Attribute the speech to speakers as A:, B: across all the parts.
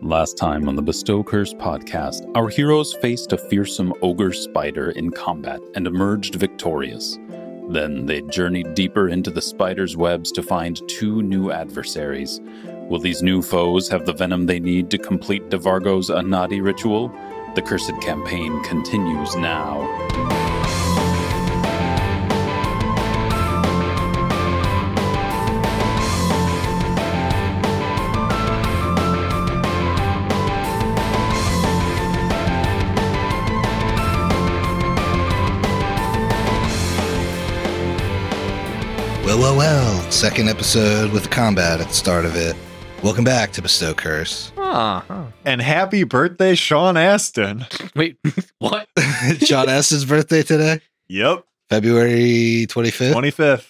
A: Last time on the Bestow Curse podcast, our heroes faced a fearsome ogre spider in combat and emerged victorious. Then they journeyed deeper into the spider's webs to find two new adversaries. Will these new foes have the venom they need to complete DeVargo's Anadi ritual? The Cursed Campaign continues now.
B: Well, well, well. Second episode with combat at the start of it. Welcome back to Bestow Curse.
C: And happy birthday, Sean Aston.
D: Wait, what?
B: John S's birthday today,
C: Yep.
B: February 25th
C: 25th.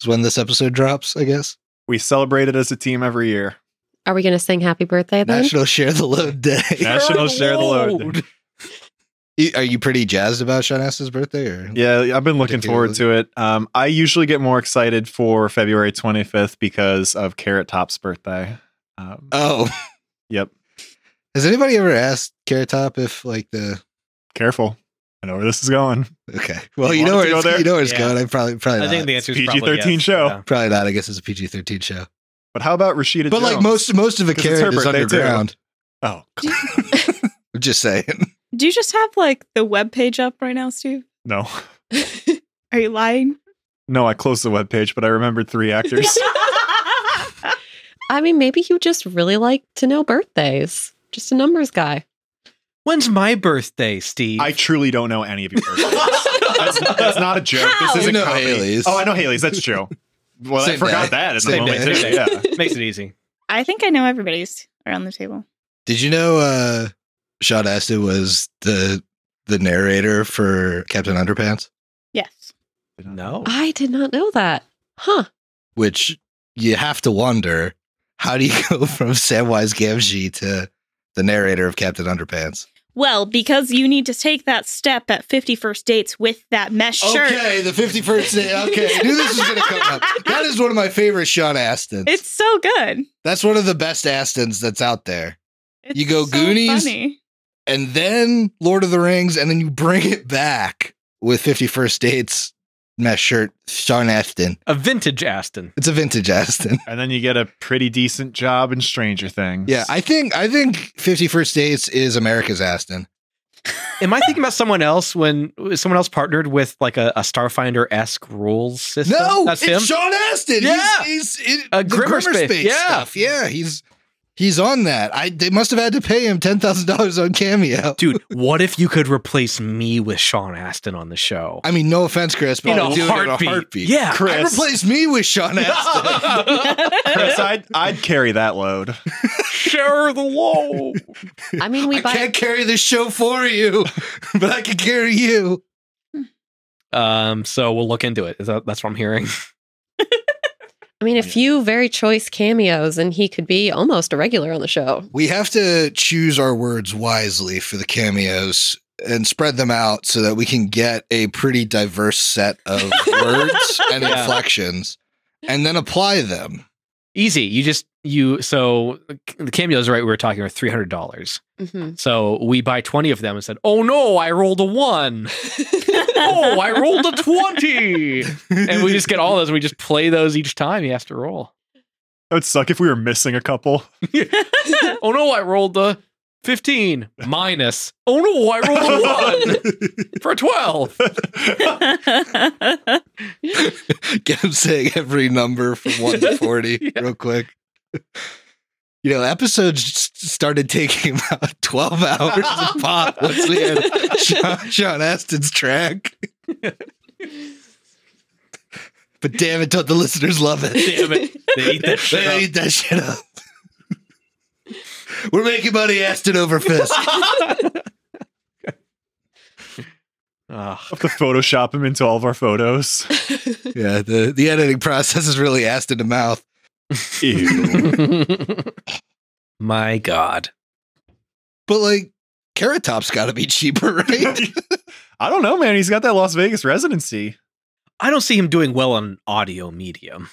B: is when this episode drops, I guess.
C: We celebrate it as a team every year.
E: Are we going to sing happy birthday then?
B: National Share the Load Day.
C: National Share the Load.
B: Y- Are you pretty jazzed about Sean S's birthday? Or?
C: Yeah, I've been looking forward to it. Um, I usually get more excited for February 25th because of Carrot Top's birthday. Um,
B: Oh,
C: yep.
B: has anybody ever asked Carrot Top if, like, the.
C: Careful. I know where this is going.
B: Okay. Well,
C: You
B: you know where,
C: wanted to go
B: it's,
C: there?
B: you know where it's
D: Yeah.
B: going. I probably, probably
D: I
B: not.
D: think the answer is
C: PG-13
D: probably yes.
C: show.
D: Yeah.
B: Probably not. I guess it's a PG 13 show.
C: But how about Rashida
B: But, like,
C: Jones?
B: most most of a
C: 'Cause it's
B: carrot
C: her
B: is
C: birthday, too.
B: underground.
C: Oh,
B: I'm just saying.
F: Do you just have like the web page up right now, Steve?
C: no.
F: Are you lying?
C: No, I closed the webpage, but I remembered three actors.
E: I mean, maybe you just really like to know birthdays. Just a numbers guy.
D: When's my birthday, Steve?
C: I truly don't know any of your birthdays. that's, that's not a joke.
E: How?
C: This
B: You
C: isn't
B: know
C: comedy.
B: Haley's.
C: Oh, I know Haley's. That's true. Well, I
B: Same
C: forgot
B: day.
C: that in
B: Same
C: the moment
B: day.
C: too. Yeah.
D: Makes it easy.
F: I think I know everybody's around the table.
B: Did you know uh Sean Astin was the the narrator for Captain Underpants,
F: Yes.
D: No.
E: I did not know that. Huh.
B: which you have to wonder how do you go from Samwise Gamgee to the narrator of Captain Underpants?
F: Well, because you need to take that step at 51st dates with that mesh shirt.
B: Okay, the fifty first day. Okay, I knew this was gonna come up. That is one of my favorite Sean Astins.
F: It's so good.
B: that's one of the best Astins that's out there.
F: It's
B: You go
F: so
B: Goonies?
F: funny.
B: And then Lord of the Rings, and then you bring it back with fifty first dates mesh shirt Sean Astin.
D: A vintage Aston.
B: It's a vintage Astin.
C: And then you get a pretty decent job in Stranger Things.
B: Yeah, I think I think Fifty First Dates is America's Aston.
D: Am I thinking about someone else when someone else partnered with like a, a Starfinder esque rules system?
B: No,
D: that's
B: it's
D: him.
B: Sean Aston.
D: Yeah.
B: he's, he's it,
D: Uh,
B: the
D: Grimmer Space, yeah.
B: stuff. Yeah, he's he's on that. I they must have had to pay him ten thousand dollars on cameo.
D: Dude, what if you could replace me with Sean Aston on the show?
B: I mean, no offense, Chris, but
D: in,
B: I
D: a
B: would do it in a
D: heartbeat.
B: heartbeat.
D: Yeah.
C: Chris.
B: I replaced me with Sean Aston.
C: Chris, I'd, I'd carry that load.
D: Share the load.
E: I mean, we
B: I
E: buy.
B: can't carry this show for you, but I can carry you.
D: Um, so we'll look into it. Is that, that's what I'm hearing.
E: I mean, a few very choice cameos, and he could be almost a regular on the show.
B: We have to choose our words wisely for the cameos and spread them out so that we can get a pretty diverse set of words and
D: Yeah.
B: inflections and then apply them.
D: Easy. You just you so the cameos right we were talking are three hundred dollars.
E: Mm-hmm.
D: So we buy twenty of them and said, "Oh no, I rolled a one. oh, I rolled a 20. And we just get all those and we just play those each time he has to roll.
C: It would suck if we were missing a couple.
D: Oh no, I rolled a fifteen minus. Oh no, I rolled a one for twelve.
B: Get them saying every number from 1 to 40 real quick. You know, episodes s- started taking about 12 hours a pop once we had Sean, Sean Astin's track. but damn it, don't the listeners love it?
D: Damn it. They eat that shit
B: They
D: up.
B: eat that shit up. We're making money Aston over fist.
D: Ugh.
C: Have to Photoshop him into all of our photos.
B: yeah, the, the editing process is really Aston to mouth.
D: My God.
B: But like, Carrot Top's got to be cheaper, right?
C: I don't know, man. He's got that Las Vegas residency.
D: I don't see him doing well on audio medium.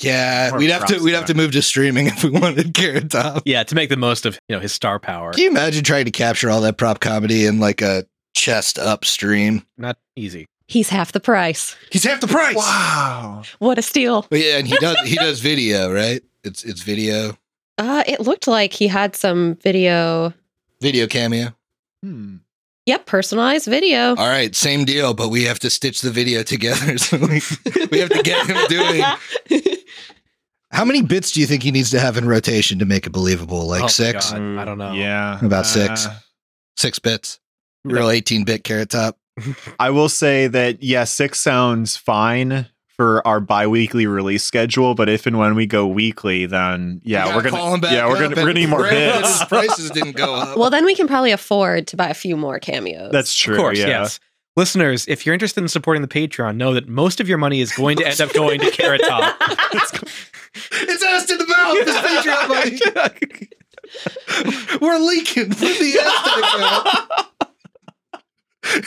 B: Yeah,
C: More
B: we'd have to
C: props
B: we'd have to
C: there.
B: move to streaming if we wanted Carrot Top.
G: Yeah, to make the most of you know his star power.
B: Can you imagine trying to capture all that prop comedy in like a chest up stream?
G: Not easy.
E: He's half the price.
B: He's half the price.
C: Wow.
E: What a steal.
B: But yeah, and he does he does video, right? It's it's video.
E: Uh, it looked like he had some video.
B: Video cameo.
C: Hmm.
E: Yep, personalized video.
B: All right, same deal, but we have to stitch the video together. So we, we have to get him doing. How many bits do you think he needs to have in rotation to make it believable? Like
G: Oh my
B: six,
G: God. I don't know.
C: Hmm. Yeah.
B: About six.
C: Uh,
B: six bits, real eighteen bit carrot top.
C: I will say that, yeah, six sounds fine for our bi-weekly release schedule, but if and when we go weekly, then yeah, we're
B: gotta call
C: gonna
B: him back
C: yeah, we're
B: up
C: gonna we're gonna
B: and
C: need more
B: pray that
C: bits.
B: his prices didn't go up.
E: Well, then we can probably afford to buy a few more cameos.
C: That's true.
G: Of course,
C: yeah.
G: yes. Listeners, if you're interested in supporting the Patreon, know that most of your money is going to end up going to Carrot Top.
B: Oh. it's ass to the mouth. This Patreon money. We're leaking from the ass I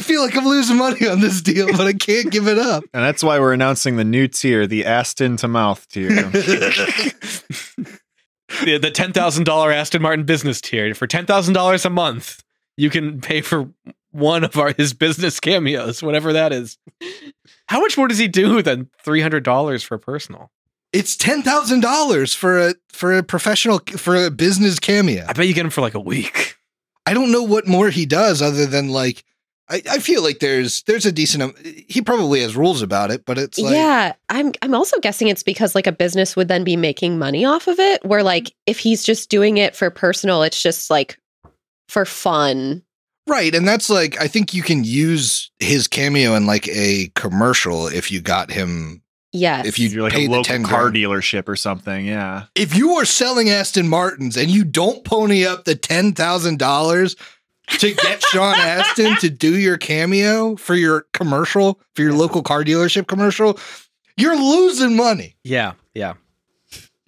B: feel like I'm losing money on this deal, but I can't give it up.
C: And that's why we're announcing the new tier, the Aston to mouth tier.
G: the, the ten thousand dollar Aston Martin business tier for ten thousand dollars a month. You can pay for one of our his business cameos, whatever that is. How much more does he do than three hundred dollars for personal?
B: It's ten thousand dollars for a for a professional for a business cameo.
G: I bet you get him for like a week.
B: I don't know what more he does other than like I, I feel like there's there's a decent am- he probably has rules about it, but it's like
E: yeah, I'm I'm also guessing it's because like a business would then be making money off of it where like if he's just doing it for personal it's just like for fun.
B: right, and that's like I think you can use his cameo in like a commercial if you got him
E: Yes.
B: if you
C: You're like
B: pay
C: a
B: the
C: local
B: ten
C: car
B: grand.
C: dealership or something. Yeah.
B: If you are selling Aston Martins and you don't pony up the ten thousand dollars to get Sean Aston to do your cameo for your commercial for your local car dealership commercial, you're losing money.
G: Yeah, yeah.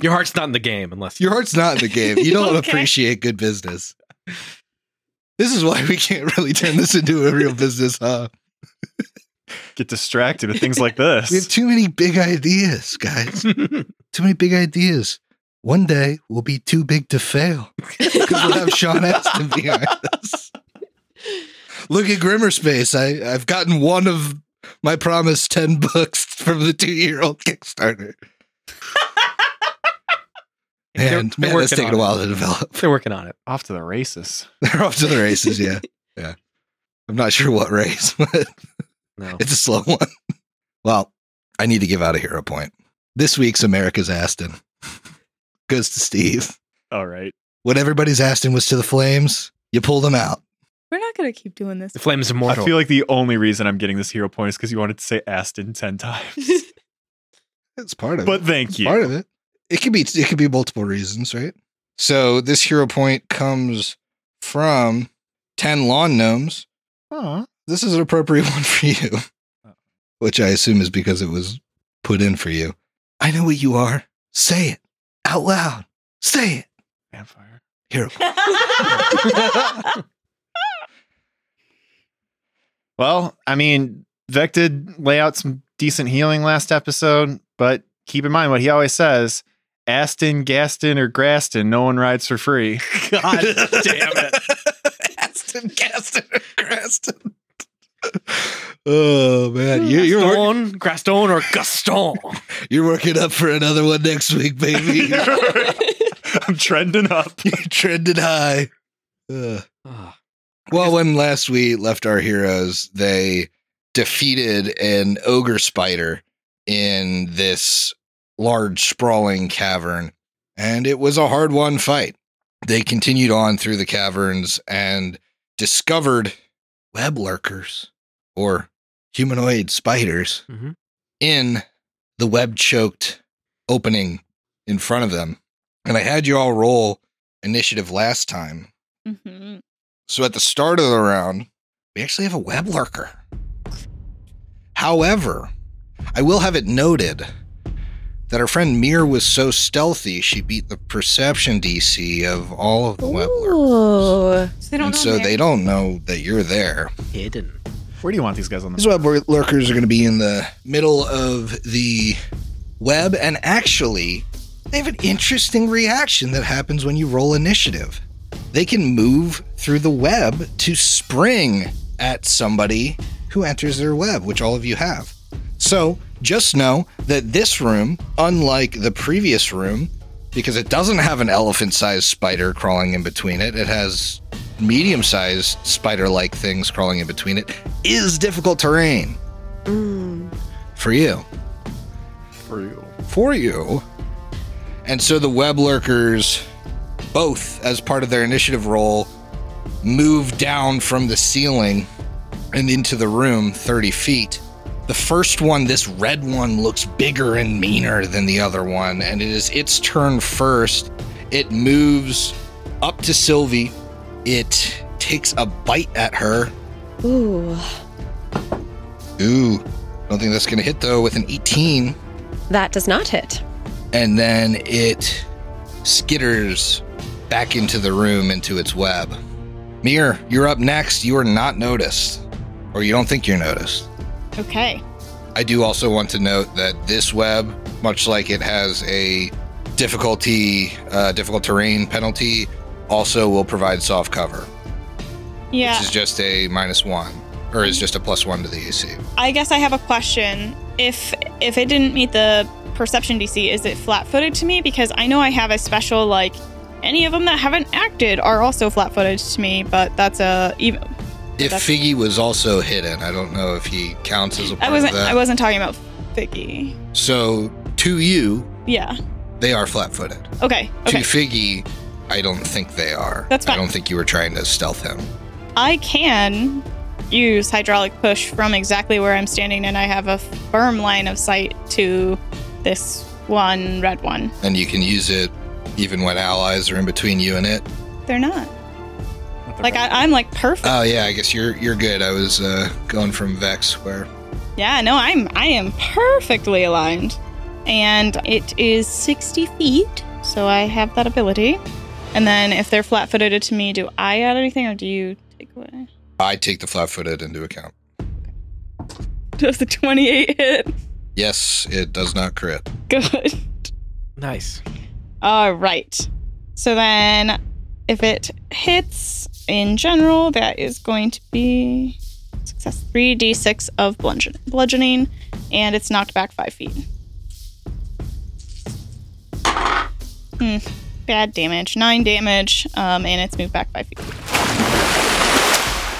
G: Your heart's not in the game unless
B: Your heart's not in the game. You don't
F: Okay.
B: appreciate good business. This is why we can't really turn this into a real business, huh?
C: Get distracted with things like
B: We have
C: this.
B: too many big ideas, guys. too many big ideas. One day we'll be too big to fail because we'll have Sean Astin behind us. Look at Grimmer Space. I, I've gotten one of my promised 10 books from the two year old Kickstarter.
G: They're-
B: And
G: they're
B: man, that's
G: working
B: taken
G: on
B: a
G: it.
B: while to develop.
G: they're working on it.
C: Off to the races.
B: They're off to the races, yeah. yeah. I'm not sure what race, but
G: No.
B: it's a slow one. Well, I need to give out a hero point. This week's America's Aston goes to Steve.
C: All right.
B: When everybody's Aston was to the flames, you pull them out.
F: We're not gonna keep doing this.
G: The flame is immortal.
C: I feel like the only reason I'm getting this hero point is because you wanted to say Aston ten times.
B: It's part of
C: But
B: it.
C: thank
B: It's
C: you.
B: part of it. It could be it could be multiple reasons, right? So this hero point comes from ten lawn gnomes.
C: Aw.
B: This is an appropriate one for you, which I assume is because it was put in for you. I know what you are. Say it out loud. Say it.
C: Vampire.
B: Hero.
C: Well, I mean, Vec did lay out some decent healing last episode, but keep in mind what he always says Aston, Gaston, or Graston, no one rides for free.
G: God damn it.
B: Aston, Gaston, Graston. Oh man, you, you're working,
G: Gaston, Gaston, or Gaston.
B: you're working up for another one next week, baby.
C: I'm trending up.
B: you trended high. Ugh.
G: Ah,
B: Well, when last we left our heroes, they defeated an ogre spider in this large, sprawling cavern, and it was a hard won fight. They continued on through the caverns and discovered web lurkers or humanoid spiders
G: Mhm.
B: in the web choked opening in front of them. And I had you all roll initiative last time.
F: Mhm.
B: So at the start of the round, we actually have a web lurker. However, I will have it noted that our friend Mir was so stealthy, she beat the perception DC of all of the web lurkers.
E: Ooh.
F: So they don't
B: And
F: know
B: so
F: Mary.
B: they don't know that you're there.
G: Hidden.
C: Where do you want these guys on
B: These
C: the
B: web lur- lurkers are going to be in the middle of the web, and actually, they have an interesting reaction that happens when you roll initiative. They can move through the web to spring at somebody who enters their web, which all of you have. So just know that this room, unlike the previous room, because it doesn't have an elephant sized spider crawling in between it, it has medium sized spider like things crawling in between it, is difficult terrain for you.
C: for you?
B: For you. And so the web lurkers, both as part of their initiative roll, move down from the ceiling and into the room 30 feet. The first one, this red one, looks bigger and meaner than the other one, and it is its turn first. It moves up to Sylvie. It takes a bite at her.
E: Ooh,
B: Ooh, don't think that's going to hit though with an 18.
E: that does not hit.
B: and then it skitters back into the room into its web. Mir, you're up next. You are not noticed, or you don't think you're noticed.
F: Okay.
B: I do also want to note that this web, much like it has a difficulty, uh, difficult terrain penalty, also will provide soft cover,
F: Yeah.
B: which is just a minus one, or is just a plus one to the AC.
F: I guess I have a question. If if it didn't meet the perception DC, is it flat-footed to me? Because I know I have a special like any of them that haven't acted are also flat-footed to me, but that's a even.
B: If
F: That's-
B: Figgy was also hidden, I don't know if he counts as a part
F: I wasn't.
B: of that.
F: I wasn't talking about Figgy.
B: so to you,
F: Yeah.
B: they are flat-footed.
F: Okay. Okay.
B: To Figgy, I don't think they are.
F: That's fine.
B: I don't think you were trying to stealth him.
F: I can use hydraulic push from exactly where I'm standing, and I have a firm line of sight to this one red one.
B: And you can use it even when allies are in between you and it.
F: They're not. Like I, I'm like perfect.
B: Oh yeah, I guess you're you're good. I was uh, going from Vex where
F: Yeah, no, I'm I am perfectly aligned. And it is 60 feet, so I have that ability. And then if they're flat footed to me, do I add anything or do you take away?
B: I take the flat footed into account.
F: Does the 28 hit?
B: Yes, it does not crit.
F: Good.
G: Nice.
F: All right. So then if it hits in general, that is going to be success 3d6 of bludgeon- bludgeoning, and it's knocked back five feet. Hmm. Bad damage, nine damage, um, and it's moved back five feet.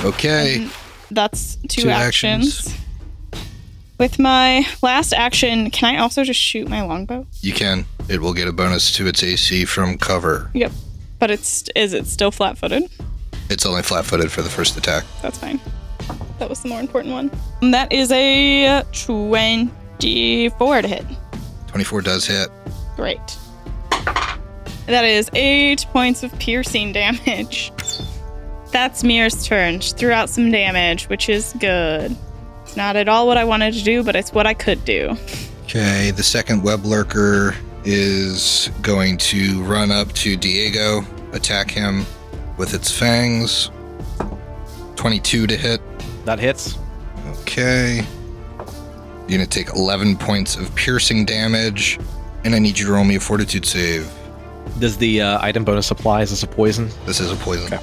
B: Okay.
F: Mm-hmm. That's two,
B: Two
F: actions.
B: actions.
F: With my last action, can I also just shoot my longbow?
B: You can. It will get a bonus to its AC from cover.
F: Yep. But it's is it still flat-footed?
B: It's only flat footed for the first attack.
F: That's fine. That was the more important one. And that is a 24 to hit.
B: Twenty four does hit.
F: Great. That is eight points of piercing damage. That's Mir's turn. She threw out some damage, which is good. It's not at all what I wanted to do, but it's what I could do.
B: Okay, the second web lurker is going to run up to Diego, attack him with its fangs. 22 to hit.
C: That hits.
B: Okay. You're going to take 11 points of piercing damage, and I need you to roll me a fortitude save.
G: Does the uh, item bonus apply? Is this a poison?
B: This is a poison.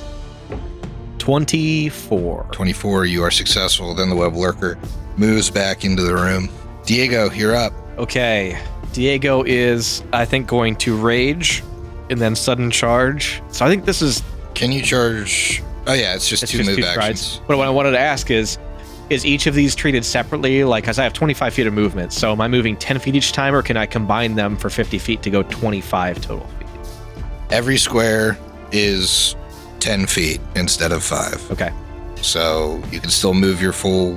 G: 24.
B: 24, you are successful. Then the web lurker moves back into the room. Diego, you're up.
G: Okay. Diego is, I think, going to rage and then sudden charge. So I think this is
B: Can you charge? Oh, yeah, it's just
G: it's
B: two
G: just
B: move
G: two
B: actions.
G: strides. But what I wanted to ask is, is each of these treated separately? Like, as I have 25 feet of movement, so am I moving 10 feet each time, or can I combine them for 50 feet to go 25 total feet?
B: Every square is 10 feet instead of five.
G: Okay.
B: So you can still move your full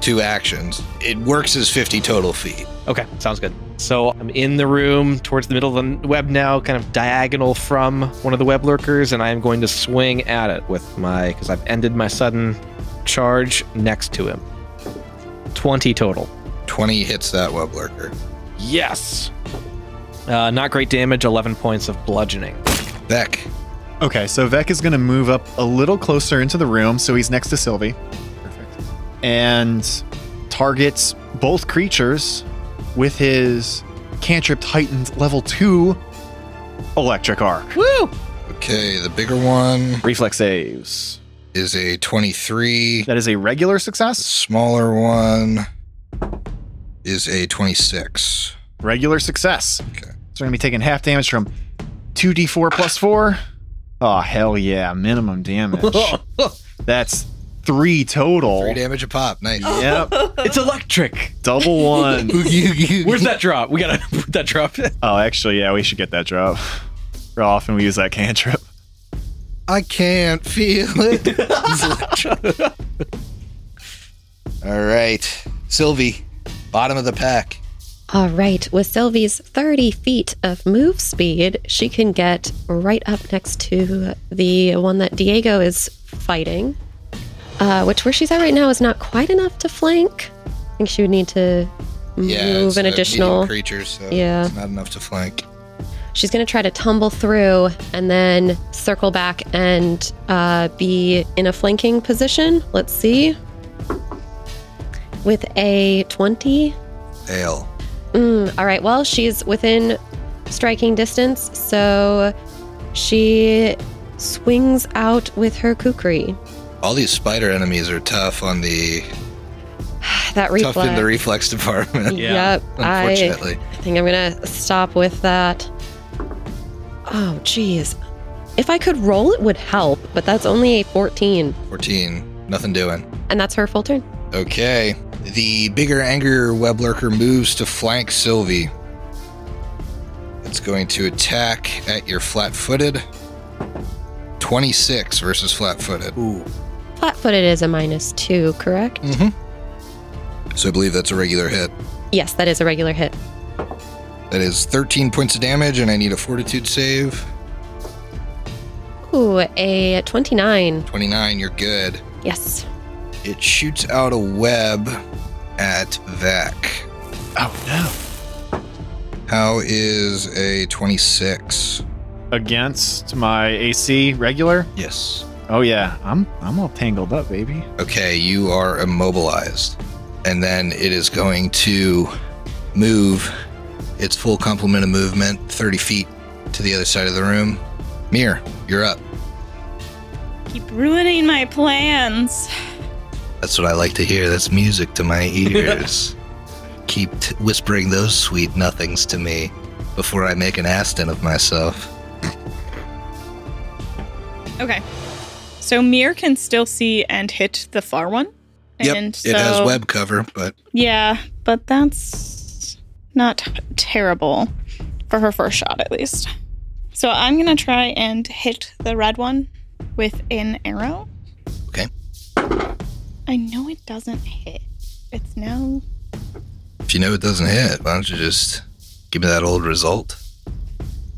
B: two actions. It works as 50 total feet.
G: Okay, sounds good. So I'm in the room towards the middle of the web now, kind of diagonal from one of the web lurkers, and I am going to swing at it with my because I've ended my sudden charge next to him. 20 total.
B: 20 hits that web lurker.
G: Yes. Uh, not great damage, 11 points of bludgeoning.
B: Beck,
C: Okay, so Vec is going to move up a little closer into the room, so he's next to Sylvie. Perfect. and targets both creatures with his cantrip Titan's level two electric arc.
G: Woo!
B: Okay, the bigger one
C: Reflex saves.
B: is a 23.
C: That is a regular
B: The
C: success.
B: smaller one is a 26.
C: Regular success.
B: Okay.
C: So we're gonna be taking half damage from 2d4 plus four. Oh hell yeah! Minimum damage. That's three total.
B: Three damage a pop. Nice.
C: Yep.
G: It's electric.
C: Double one.
G: Where's that drop? We gotta put that drop.
C: Oh, actually, yeah, we should get that drop. How often we use that cantrip?
B: I can't feel it. All right. Sylvie, bottom of the pack.
E: All right, with Sylvie's 30 feet of move speed, she can get right up next to the one that Diego is fighting, uh, which where she's at right now is not quite enough to flank. I think she would need to
B: it's
E: move an
B: a medium
E: additional.
B: creature, so
E: Yeah.
B: it's not enough to flank.
E: She's going to try to tumble through and then circle back and uh, be in a flanking position. Let's see. With a 20.
B: Fail.
E: Mm, all right. Well, she's within striking distance, so she swings out with her kukri.
B: All these spider enemies are tough on the
E: That reflex.
B: tough in the reflex department.
G: Yeah,
E: Yep. I
B: Unfortunately,
E: I think I'm gonna stop with that. Oh, geez. If I could roll, it would help, but that's only a 14,
B: 14. Nothing doing.
E: and that's her full turn.
B: Okay. The bigger, angrier web lurker moves to flank Sylvie. It's going to attack at your flat-footed. 26 versus flat-footed. Ooh.
E: Flat-footed is a minus two, correct?
B: Mm-hmm. So I believe that's a regular hit.
E: Yes, that is a regular hit.
B: That is 13 points of damage, and I need a fortitude save.
E: Ooh, a 29.
B: 29, you're good.
E: Yes.
B: It shoots out a web at Vec.
C: Oh no.
B: How is a 26?
C: Against my AC regular?
B: Yes.
C: Oh yeah, I'm I'm all tangled up, baby.
B: Okay, you are immobilized. And then it is going to move its full complement of movement 30 feet to the other side of the room. Mir, you're up.
F: Keep ruining my plans.
B: That's what I like to hear. That's music to my ears. Keep t- whispering those sweet nothings to me before I make an Aston of myself.
F: Okay. So Mir can still see and hit the far one. and so,
B: it has web cover, but
F: Yeah, but that's not terrible for her first shot, at least. So I'm going to try and hit the red one with an arrow.
B: Okay.
F: I know it doesn't hit. It's now.
B: if you know it doesn't hit, why don't you just give me that old result?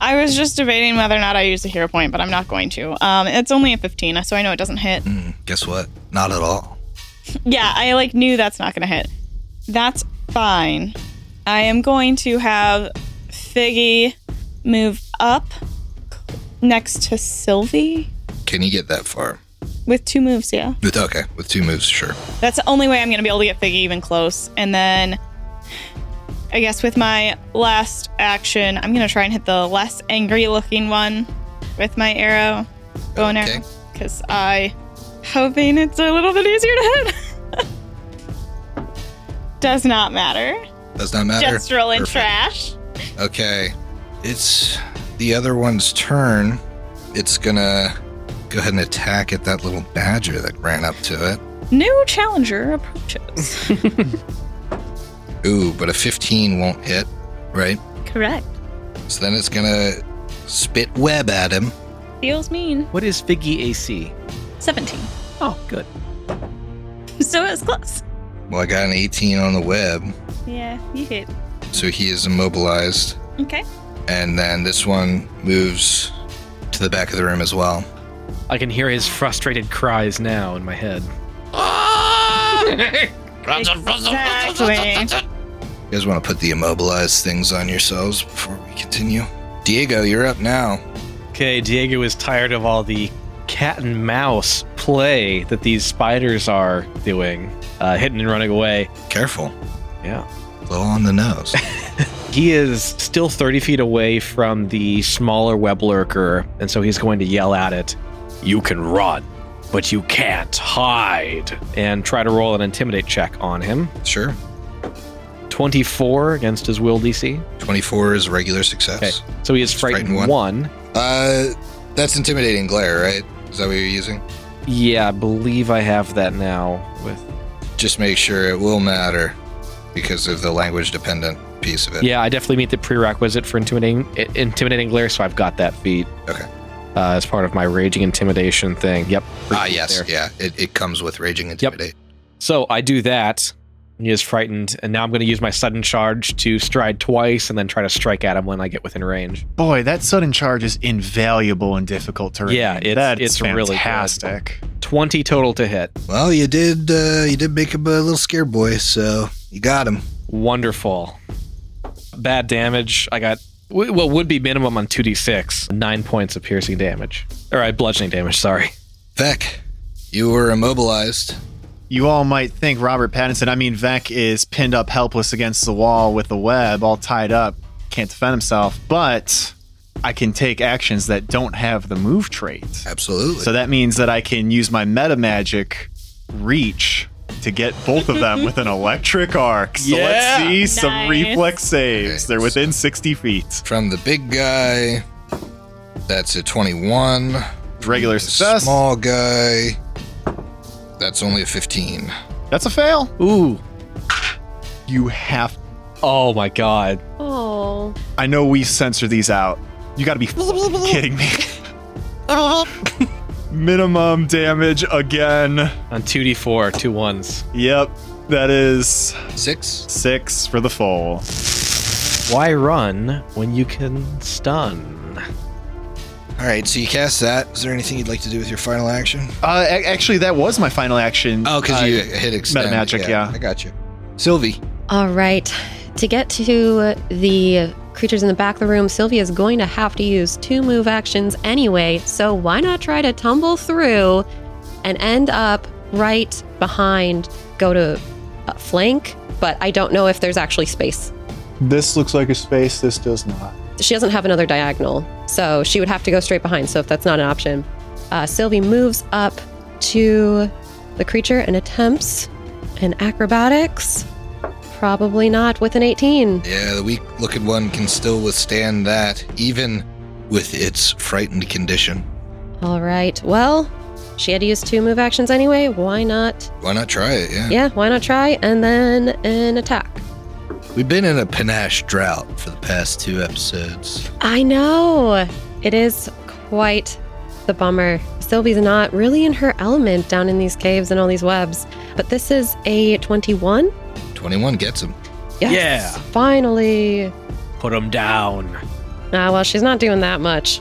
F: I was just debating whether or not I use a hero point, but I'm not going to. Um, it's only a 15, so I know it doesn't hit.
B: Hmm, guess what? Not at all.
F: Yeah, I like knew that's not gonna hit. That's fine. I am going to have Figgy move up next to Sylvie
B: Can you get that far?
F: with two moves. Yeah,
B: With okay, with two moves, sure.
F: that's the only way I'm gonna be able to get Figgy even close. And then, I guess with my last action, I'm gonna try and hit the less angry looking one with my arrow, bow and
B: Okay.
F: arrow, because I hoping it's a little bit easier to hit. Does not matter.
B: Does not matter.
F: Just rolling
B: Perfect.
F: trash.
B: Okay. It's the other one's turn. It's gonna go ahead and attack at that little badger that ran up to it.
F: New challenger approaches.
B: Ooh, but a 15 won't hit, right?
F: Correct.
B: So then it's gonna spit web at him.
F: Feels mean.
G: What is Figgy AC?
F: 17.
G: Oh, good.
F: So it's close.
B: Well, I got an 18 on the web,
F: Yeah, you hit.
B: so he is immobilized.
F: Okay.
B: And then this one moves to the back of the room as well.
G: I can hear his frustrated cries now in my head.
F: Exactly.
B: You guys want to put the immobilized things on yourselves before we continue? Diego, you're up now.
G: Okay, Diego is tired of all the cat and mouse play that these spiders are doing.
D: uh, hitting and running away.
B: Careful.
D: Yeah.
B: Low on the nose.
D: He is still 30 feet away from the smaller web lurker, and so he's going to yell at it, You can run, but you can't hide, and try to roll an intimidate check on him.
B: sure.
D: 24 against his will DC.
B: 24 is regular
D: Okay.
B: success.
D: So he is frightened,
B: Frightened one.
D: one.
B: Uh, that's intimidating glare, right? Is that what you're using?
D: Yeah, I believe I have that now with
B: Just make sure it will matter because of the language dependent piece of it.
D: Yeah, I definitely meet the prerequisite for intimidating i- intimidating glare, so I've got that feat.
B: Okay.
D: Uh, as part of my raging intimidation thing. Yep.
B: Ah, yes.
D: There.
B: Yeah. It, it comes with raging intimidate.
D: So I do that. He is frightened, and now I'm going to use my sudden charge to stride twice and then try to strike at him when I get within range.
C: Boy, that sudden charge is invaluable in difficult terrain.
D: Yeah, it's-
C: That's
D: it's really good.
C: fantastic.
D: 20 total to hit.
B: Well, you did. Uh, you did make him a little scared boy, so you got him.
D: Wonderful. Bad damage. I got w- what would be minimum on 2d6, nine points of piercing damage. All right, bludgeoning damage, sorry.
B: Vec, you were immobilized.
C: You all might think Robert Pattinson, I mean Vec, is pinned up helpless against the wall with the web all tied up, can't defend himself, but I can take actions that don't have the move trait.
B: Absolutely.
C: So that means that I can use my meta magic reach to get both of them with an electric arc. So
D: Yeah.
C: let's see some
F: Nice.
C: reflex
B: Okay,
C: saves. They're
B: so-
C: within 60 feet.
B: From the big guy, that's a 21.
C: Regular success.
B: Small guy, that's only a 15.
C: That's a fail.
D: Ooh.
C: You have.
D: Oh my god.
E: Oh.
C: I know we censor these out. You gotta be f- kidding me. Minimum damage again.
D: On 2d4, two ones.
C: Yep, that is
B: Six.
C: six for the full.
D: Why run when you can stun?
B: All right, so you cast that. Is there anything you'd like to do with your final action?
C: Uh, a- actually, that was my final action.
B: Oh, because
C: Uh,
B: you hit extend.
C: meta magic, yeah.
B: I got you. Sylvie.
E: All right. To get to the creatures in the back of the room, Sylvia is going to have to use two move actions anyway, so why not try to tumble through and end up right behind, go to uh, flank, but I don't know if there's actually space.
C: This looks like a space. This does not.
E: She doesn't have another diagonal, so she would have to go straight behind, so if that's not an option. Uh, Sylvie moves up to the creature and attempts an acrobatics. Probably not with an 18.
B: Yeah, the weak looking one can still withstand that, even with its frightened condition.
E: All right. Well, she had to use two move actions anyway. Why not?
B: Why not try it? Yeah.
E: Yeah, why not try? And then an attack.
B: We've been in a panache drought for the past two episodes.
E: I know. It is quite the bummer. Sylvie's not really in her element down in these caves and all these webs. But this is a 21.
B: 21 gets him.
E: Yes.
D: Yeah.
E: Finally.
D: Put him down.
E: Ah, well, she's not doing that much.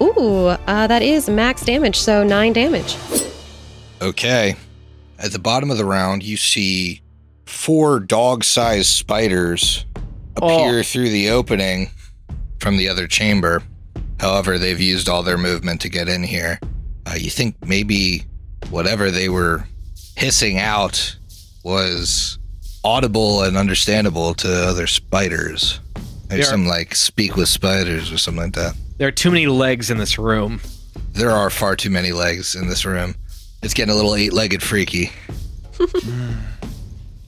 E: Ooh, uh, that is max damage, so nine damage.
B: Okay. At the bottom of the round, you see four dog sized spiders appear through the opening from the other chamber. However, they've used all their movement to get in here. Uh, you think maybe whatever they were hissing out was audible and understandable to other spiders. Maybe
D: There are-
B: some like speak with spiders or something like that.
D: There are too many legs in this room.
B: There are far too many legs in this room. It's getting a little eight legged freaky.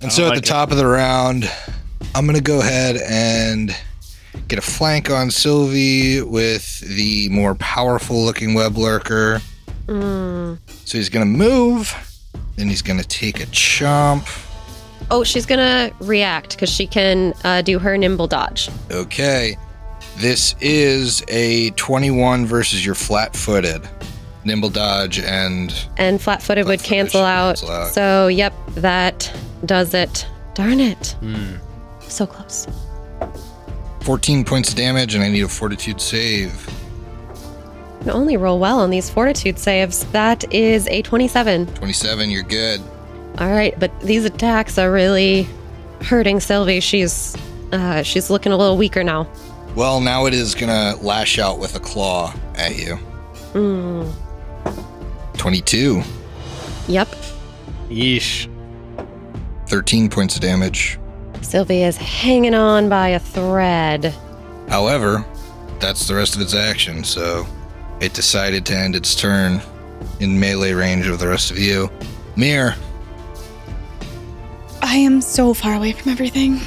B: and so at
C: like
B: the top of the round, I'm going to go ahead and get a flank on Sylvie with the more powerful looking web lurker.
E: Mm.
B: So he's going to move, then he's going to take a chomp.
E: Oh, she's gonna react because she can uh, do her nimble dodge.
B: Okay. This is a 21 versus your flat footed. Nimble dodge and
E: and flat footed would
B: Flat-footed
E: cancel
B: should
E: out.
B: cancel out.
E: So, yep, that does it. Darn it.
B: Hmm.
E: So close.
B: 14 points of damage, and I need a fortitude save.
E: You can only roll well on these fortitude saves. That is a 27.
B: 27, you're good.
E: All right, but these attacks are really hurting Sylvie. She's uh, she's looking a little weaker now.
B: Well, now it is going to lash out with a claw at you.
E: Mm.
B: 22.
E: Yep.
D: Yeesh.
B: 13 points of damage.
E: Sylvie is hanging on by a thread.
B: However, that's the rest of its action, so it decided to end its turn in melee range of the rest of you. Mir,
F: I am so far away from everything,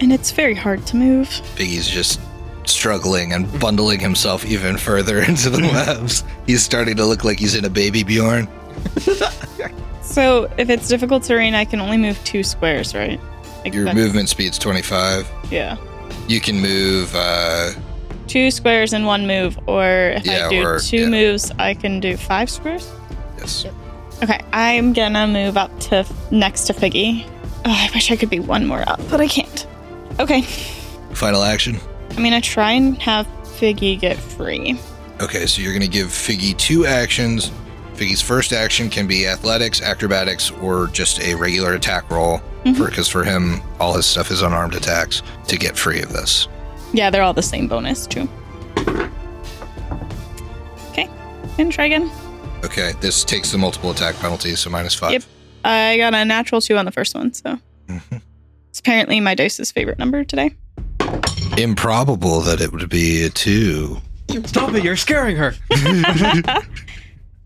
F: and it's very hard to move.
B: Biggie's just struggling and bundling himself even further into the webs. He's starting to look like he's in a baby Bjorn.
F: So if it's difficult terrain, I can only move two squares, right? Like
B: Your
F: that-
B: movement speed's 25.
F: Yeah.
B: You can move, uh,
F: Two squares in one move, or if
B: Yeah,
F: I do
B: or-
F: two
B: yeah.
F: moves, I can do five squares.
B: yes.
F: Okay, I'm gonna move up to f- next to Figgy. Oh, I wish I could be one more up, but I can't. Okay,
B: Final action.
F: I'm gonna try and have Figgy get free.
B: Okay, so you're going to give Figgy two actions. Figgy's first action can be athletics, acrobatics, or just a regular attack roll.
F: Mhm.
B: Because for him, all his stuff is unarmed attacks to get free of this.
F: Yeah, they're all the same bonus too. Okay, and try again.
B: Okay, this takes the multiple attack penalty, so minus five.
F: Yep. I got a natural two on the first one, so
B: Mhm.
F: it's apparently my dice's favorite number today.
B: Improbable that it would be a two.
D: Stop it, you're scaring her.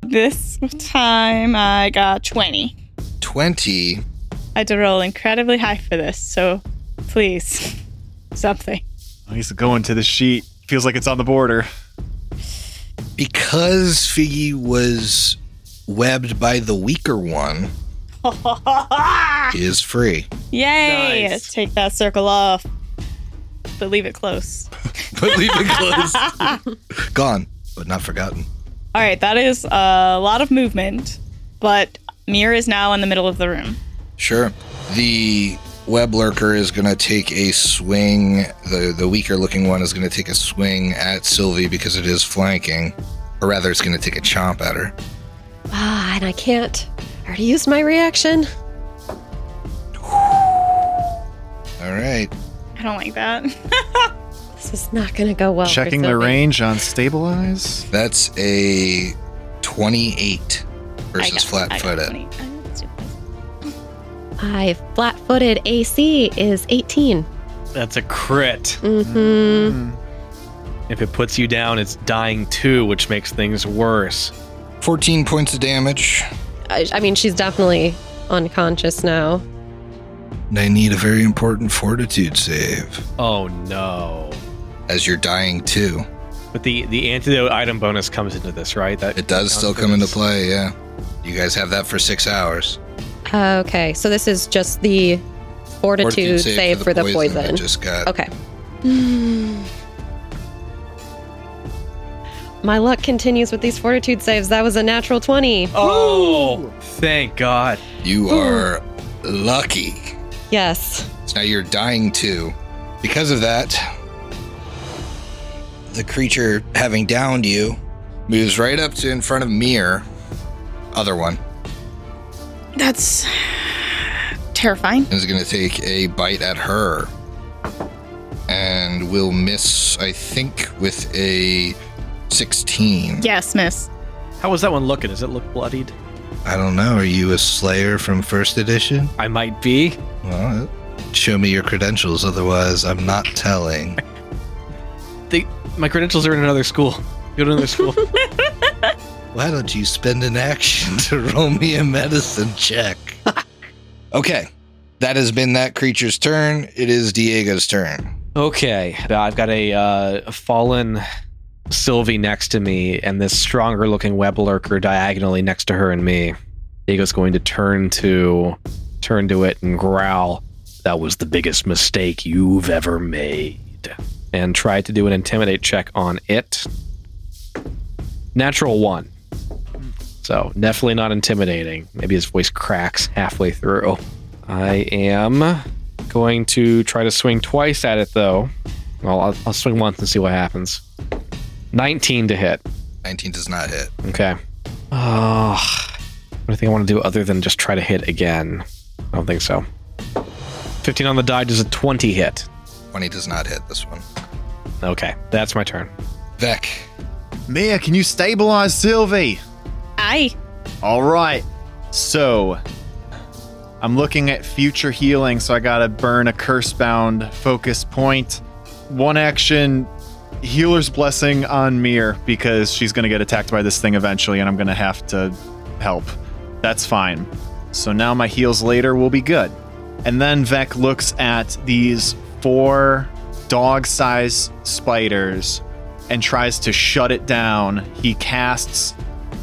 F: This time I got 20.
B: 20.
F: I had to roll incredibly high for this, so please, something.
C: He's going to the sheet. Feels like it's on the border.
B: Because Figgy was webbed by the weaker one, he is free.
F: Yay!
D: Nice.
F: Take that circle off, but leave it close.
B: But leave it closed. Gone, but not forgotten.
F: All right, that is a lot of movement, but Mir is now in the middle of the room.
B: Sure. The web lurker is going to take a swing. The the weaker looking one is going to take a swing at Sylvie because it is flanking, or rather, it's going to take a chomp at her.
E: Ah, and I can't. I already used my reaction.
B: All right.
F: I don't like that.
E: This is not going to go well. for
C: Checking the
E: Sylvie.
C: range on stabilize.
B: That's a 28
F: I
B: versus
F: got- I
B: flat
F: got
B: footed.
F: 20. I'm stupid.
E: My flat footed AC is 18.
D: That's a crit.
E: Mm-hmm.
D: If it puts you down, it's dying too, which makes things worse.
B: 14 points of damage.
E: I, I mean, she's definitely unconscious now.
B: They need a very important fortitude save
D: Oh no.
B: as you're dying too.
D: But the the antidote item bonus comes into this, right? That
B: It does still come into play, yeah. You guys have that for six hours.
E: Okay, so this is just the fortitude, save, for the poison.
B: I just got.
E: Okay. My luck continues with these fortitude saves. That was a natural 20.
D: Oh, thank God.
B: You are lucky.
E: Yes.
B: So now you're dying too. Because of that, the creature having downed you moves right up to in front of Mir. Other one.
F: That's terrifying.
B: is going to take a bite at her and will miss, I think, with a 16.
F: Yes, miss.
D: How was that one looking? Does it look bloodied?
B: I don't know. Are you a Slayer from first edition?
D: I might be.
B: Well, show me your credentials, otherwise, I'm not telling.
D: They, my credentials are in another school. Go to another school.
B: Why don't you spend an action to roll me a medicine check? okay. That has been that creature's turn. It is Diego's turn.
D: Okay, I've got a uh, fallen Sylvie next to me, and this stronger looking web lurker diagonally next to her and me. Diego's going to turn to turn to it and growl. That was the biggest mistake you've ever made, and try to do an intimidate check on it. Natural one. So definitely not intimidating. Maybe his voice cracks halfway through. I am Going to try to swing twice at it, though. Well, I'll, I'll swing once and see what happens. 19 to hit.
B: 19 does not hit.
D: Okay. Oh, what do you think I want to do other than just try to hit again? I don't think so. 15 on the die does a 20 hit.
B: 20 does not hit this one.
D: Okay, that's my turn.
B: Vec.
C: Mia, can you stabilize Sylvie?
F: Aye.
C: All right. So I'm looking at future healing, so I gotta burn a curse bound focus point. One action healer's blessing on Mir because she's gonna get attacked by this thing eventually, and I'm gonna have to help. That's fine. So now my heals later will be good. And then Vec looks at these four dog sized spiders and tries to shut it down. He casts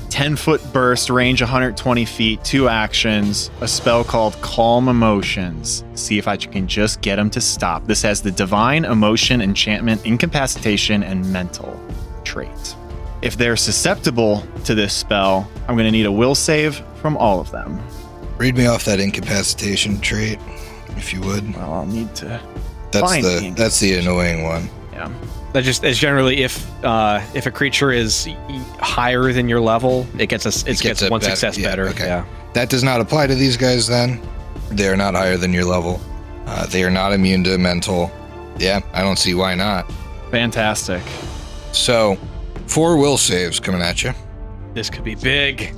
C: 10 foot burst, range 120 feet, two actions, a spell called Calm Emotions. See if I can just get him to stop. This has the Divine Emotion, Enchantment, Incapacitation, and Mental trait. If they're susceptible to this spell, I'm going to need a will save from all of them.
B: Read me off that incapacitation trait, if you would.
C: Well, I'll need to.
B: That's
C: Fine,
B: the
C: Hank.
B: that's the annoying one.
C: Yeah.
G: That just is generally if uh, if a creature is higher than your level, it gets us it, gets,
B: gets a
G: one
B: bet-
G: success
B: yeah,
G: better.
B: okay.
G: Yeah.
B: That does not apply to these guys. Then they are not higher than your level. Uh, they are not immune to mental. Yeah, I don't see why not.
C: Fantastic.
B: So, four will saves coming at you.
G: This could be big.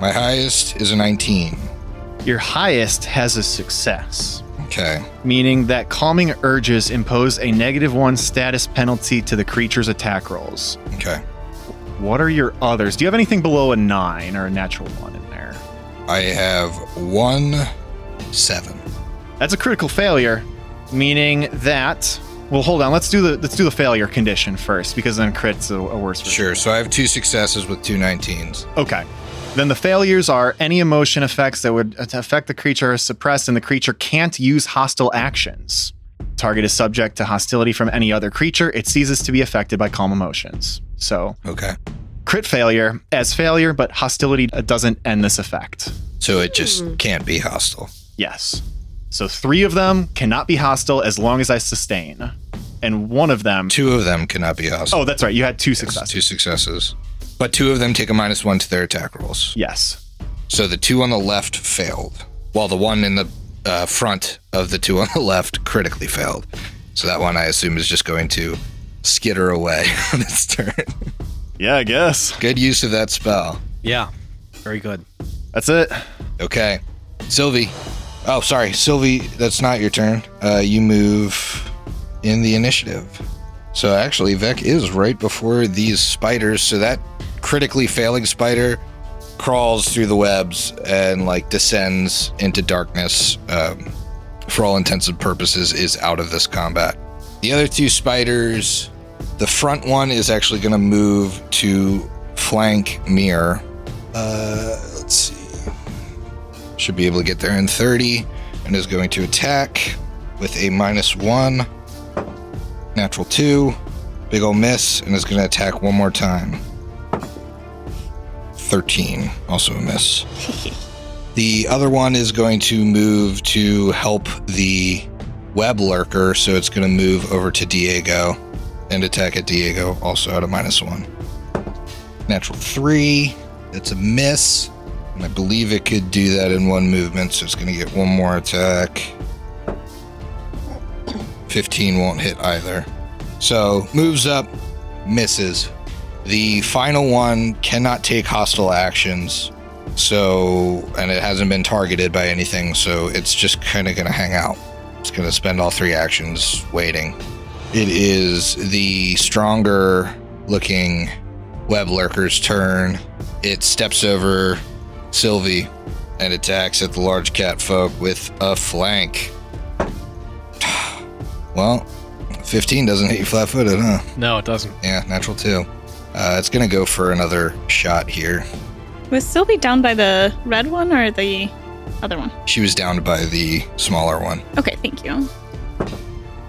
B: My highest is a 19.
C: Your highest has a success,
B: Okay.
C: meaning that calming urges impose a negative one status penalty to the creature's attack rolls.
B: Okay.
C: What are your others? Do you have anything below a nine or a natural one in there?
B: I have one seven.
C: That's a critical failure, meaning that. Well, hold on. Let's do the let's do the failure condition first, because then crit's a, a worse. result.
B: Sure. So I have two successes with two 19s.
C: Okay. Then the failures are any emotion effects that would uh, affect the creature are suppressed, and the creature can't use hostile actions. Target is subject to hostility from any other creature. It ceases to be affected by calm emotions. So,
B: Okay.
C: crit failure as failure, but hostility uh, doesn't end this effect.
B: So it just can't be hostile.
C: Yes. So, three of them cannot be hostile as long as I sustain. And one of them.
B: Two of them cannot be hostile.
C: Oh, that's right. You had two successes.
B: Two successes. But two of them take a minus one to their attack rolls.
C: Yes.
B: So the two on the left failed, while the one in the uh, front of the two on the left critically failed. So that one, I assume, is just going to skitter away on its turn.
C: Yeah, I guess.
B: Good use of that spell.
G: Yeah. Very good.
C: That's it.
B: Okay. Sylvie. Oh, sorry. Sylvie, that's not your turn. Uh, you move in the initiative. So actually, Vec is right before these spiders. So that critically failing spider crawls through the webs and like descends into darkness. Um, for all intents and purposes, is out of this combat. The other two spiders, the front one is actually going to move to flank Mir. Uh, let's see should be able to get there in 30 and is going to attack with a minus one natural two big ol' miss and is going to attack one more time 13 also a miss the other one is going to move to help the web lurker so it's going to move over to diego and attack at diego also out of minus one natural three that's a miss and I believe it could do that in one movement, so it's going to get one more attack. 15 won't hit either. So moves up, misses. The final one cannot take hostile actions, so, and it hasn't been targeted by anything, so it's just kind of going to hang out. It's going to spend all three actions waiting. It is the stronger looking web lurker's turn. It steps over Sylvie and attacks at the large cat folk with a flank. Well, 15 doesn't hit you flat footed, huh?
G: No, it doesn't.
B: Yeah, natural two. Uh, it's going to go for another shot here.
F: Was Sylvie down by the red one or the other one?
B: She was downed by the smaller one.
F: Okay, thank you.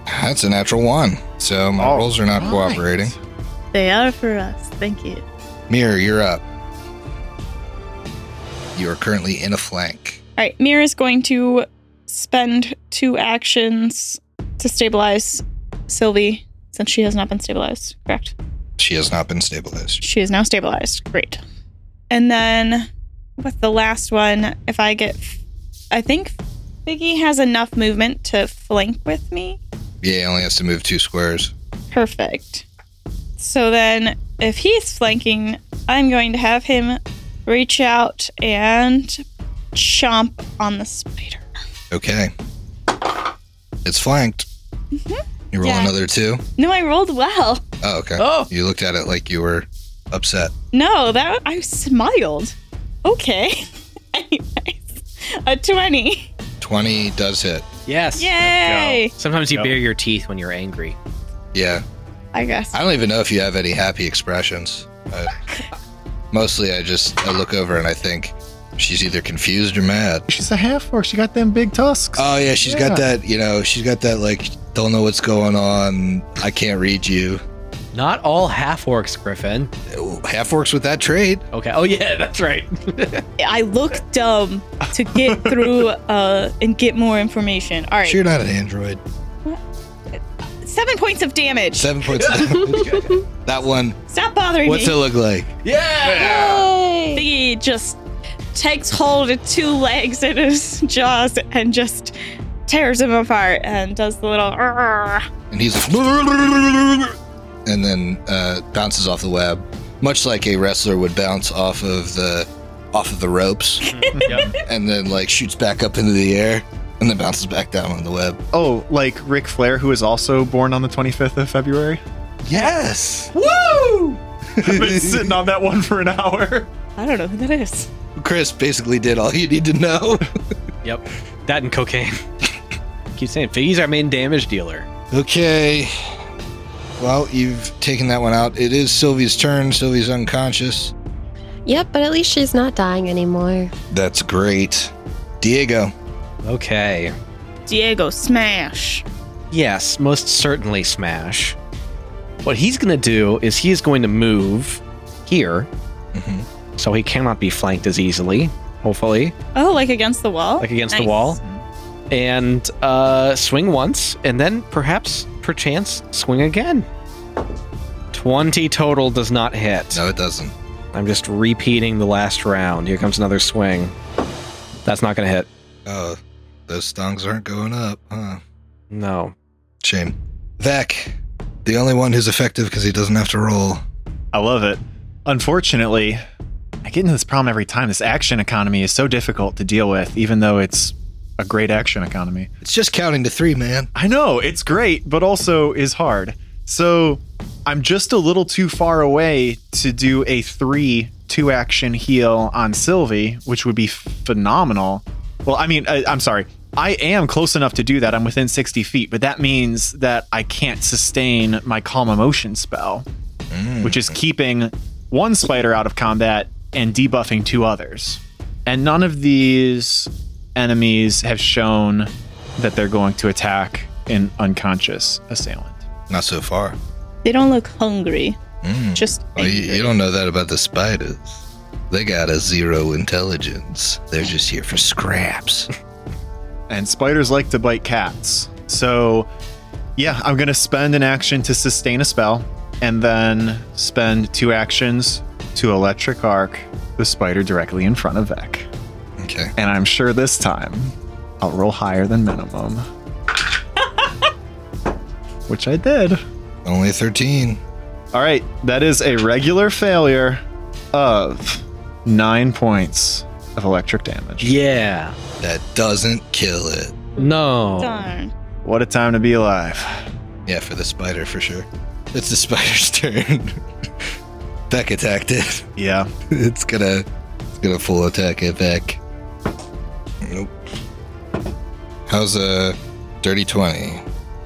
B: That's a natural one. So my
C: All
B: rolls are not
C: right.
B: cooperating.
F: They are for us. Thank you.
B: Mirror, you're up. You are currently in a flank.
F: All right, Mir is going to spend two actions to stabilize Sylvie since she has not been stabilized. Correct.
B: She has not been stabilized.
F: She is now stabilized. Great. And then with the last one, if I get, I think Figgy has enough movement to flank with me.
B: Yeah, only has to move two squares.
F: Perfect. So then, if he's flanking, I'm going to have him reach out and chomp on the spider.
B: Okay. It's flanked. You roll
F: Yeah.
B: another two.
F: No, I rolled well.
B: Oh, okay.
F: Oh.
B: You looked at it like you were upset.
F: No, that I smiled. Okay. Anyways, a 20.
B: 20 does hit.
D: Yes.
F: Yay!
D: Sometimes you
C: Yep.
D: bare your teeth when you're angry.
B: Yeah.
F: I guess.
B: I don't even know if you have any happy expressions. I, mostly I just I look over and I think she's either confused or mad.
C: She's a half orc. She got them big tusks.
B: Oh yeah, she's
C: Yeah.
B: got that, you know, she's got that like don't know what's going on. I can't read you.
D: Not all half orcs, Griffin.
B: Ooh, Half works with that trait.
D: Okay. Oh yeah, that's right.
F: I look dumb to get through uh, and get more information. All right.
B: Sure, you're not an android.
F: Seven points of damage.
B: Seven points. that one.
F: Stop bothering
B: What's
F: me.
B: it look like?
F: Thingy just takes hold of two legs in his jaws and just tears them apart and does the little.
B: And he's like, and then uh, bounces off the web, much like a wrestler would bounce off of the off of the ropes, and then like shoots back up into the air, and then bounces back down on the web.
C: Oh, like Ric Flair, who was also born on the 25th of February.
B: Yes.
C: I've been sitting on that one for an hour.
F: I don't know who that is.
B: Chris basically did all you need to know.
D: yep. That and cocaine. Keep saying Figgy's our main damage dealer.
B: okay. Well, you've taken that one out. It is Sylvie's turn. Sylvie's unconscious.
E: Yep, but at least she's not dying anymore.
B: That's great. Diego.
D: Okay.
F: Diego Smash.
D: Yes, most certainly smash. What he's going to do is he is going to move here.
B: Mhm.
D: So he cannot be flanked as easily, hopefully,
F: Oh, like against the wall?
D: like against the
F: Nice.
D: wall. And uh, swing once, and then perhaps, perchance, swing again. 20 total does not hit.
B: No, it doesn't.
D: I'm just repeating the last round. Here comes another swing. That's not going to hit.
B: Oh, those stongs aren't going up, huh?
D: No.
B: Shame. Vec, the only one who's effective because he doesn't have to roll.
C: I love it. Unfortunately, I get into this problem every time. This action economy is so difficult to deal with, even though it's a great action economy.
B: It's just counting to three, man.
C: I know it's great, but also is hard. So I'm just a little too far away to do a three two action heal on Sylvie, which would be phenomenal. Well, I mean, I, I'm sorry. I am close enough to do that. I'm within 60 feet, but that means that I can't sustain my calm emotion spell, which is keeping one spider out of combat and debuffing two others. And none of these enemies have shown that they're going to attack an unconscious assailant.
B: Not so far.
F: They don't look hungry. Just
B: Well, Mm. Oh, you,
F: angry.
B: you don't know that about the spiders. They got a zero intelligence. They're just here for scraps.
C: And spiders like to bite cats. So, yeah, I'm going to spend an action to sustain a spell and then spend two actions to electric arc the spider directly in front of Vec.
B: Okay.
C: And I'm sure this time I'll roll higher than minimum. Which I did.
B: Only 13.
C: All right, that is a regular failure of nine points of electric damage.
D: Yeah.
B: That doesn't kill it.
D: No.
F: Darn.
C: What a time to be alive.
B: Yeah, for the spider, for sure. It's the spider's turn. Vec attacked it.
C: Yeah.
B: It's gonna, it's gonna full attack it back. Nope. How's a dirty twenty?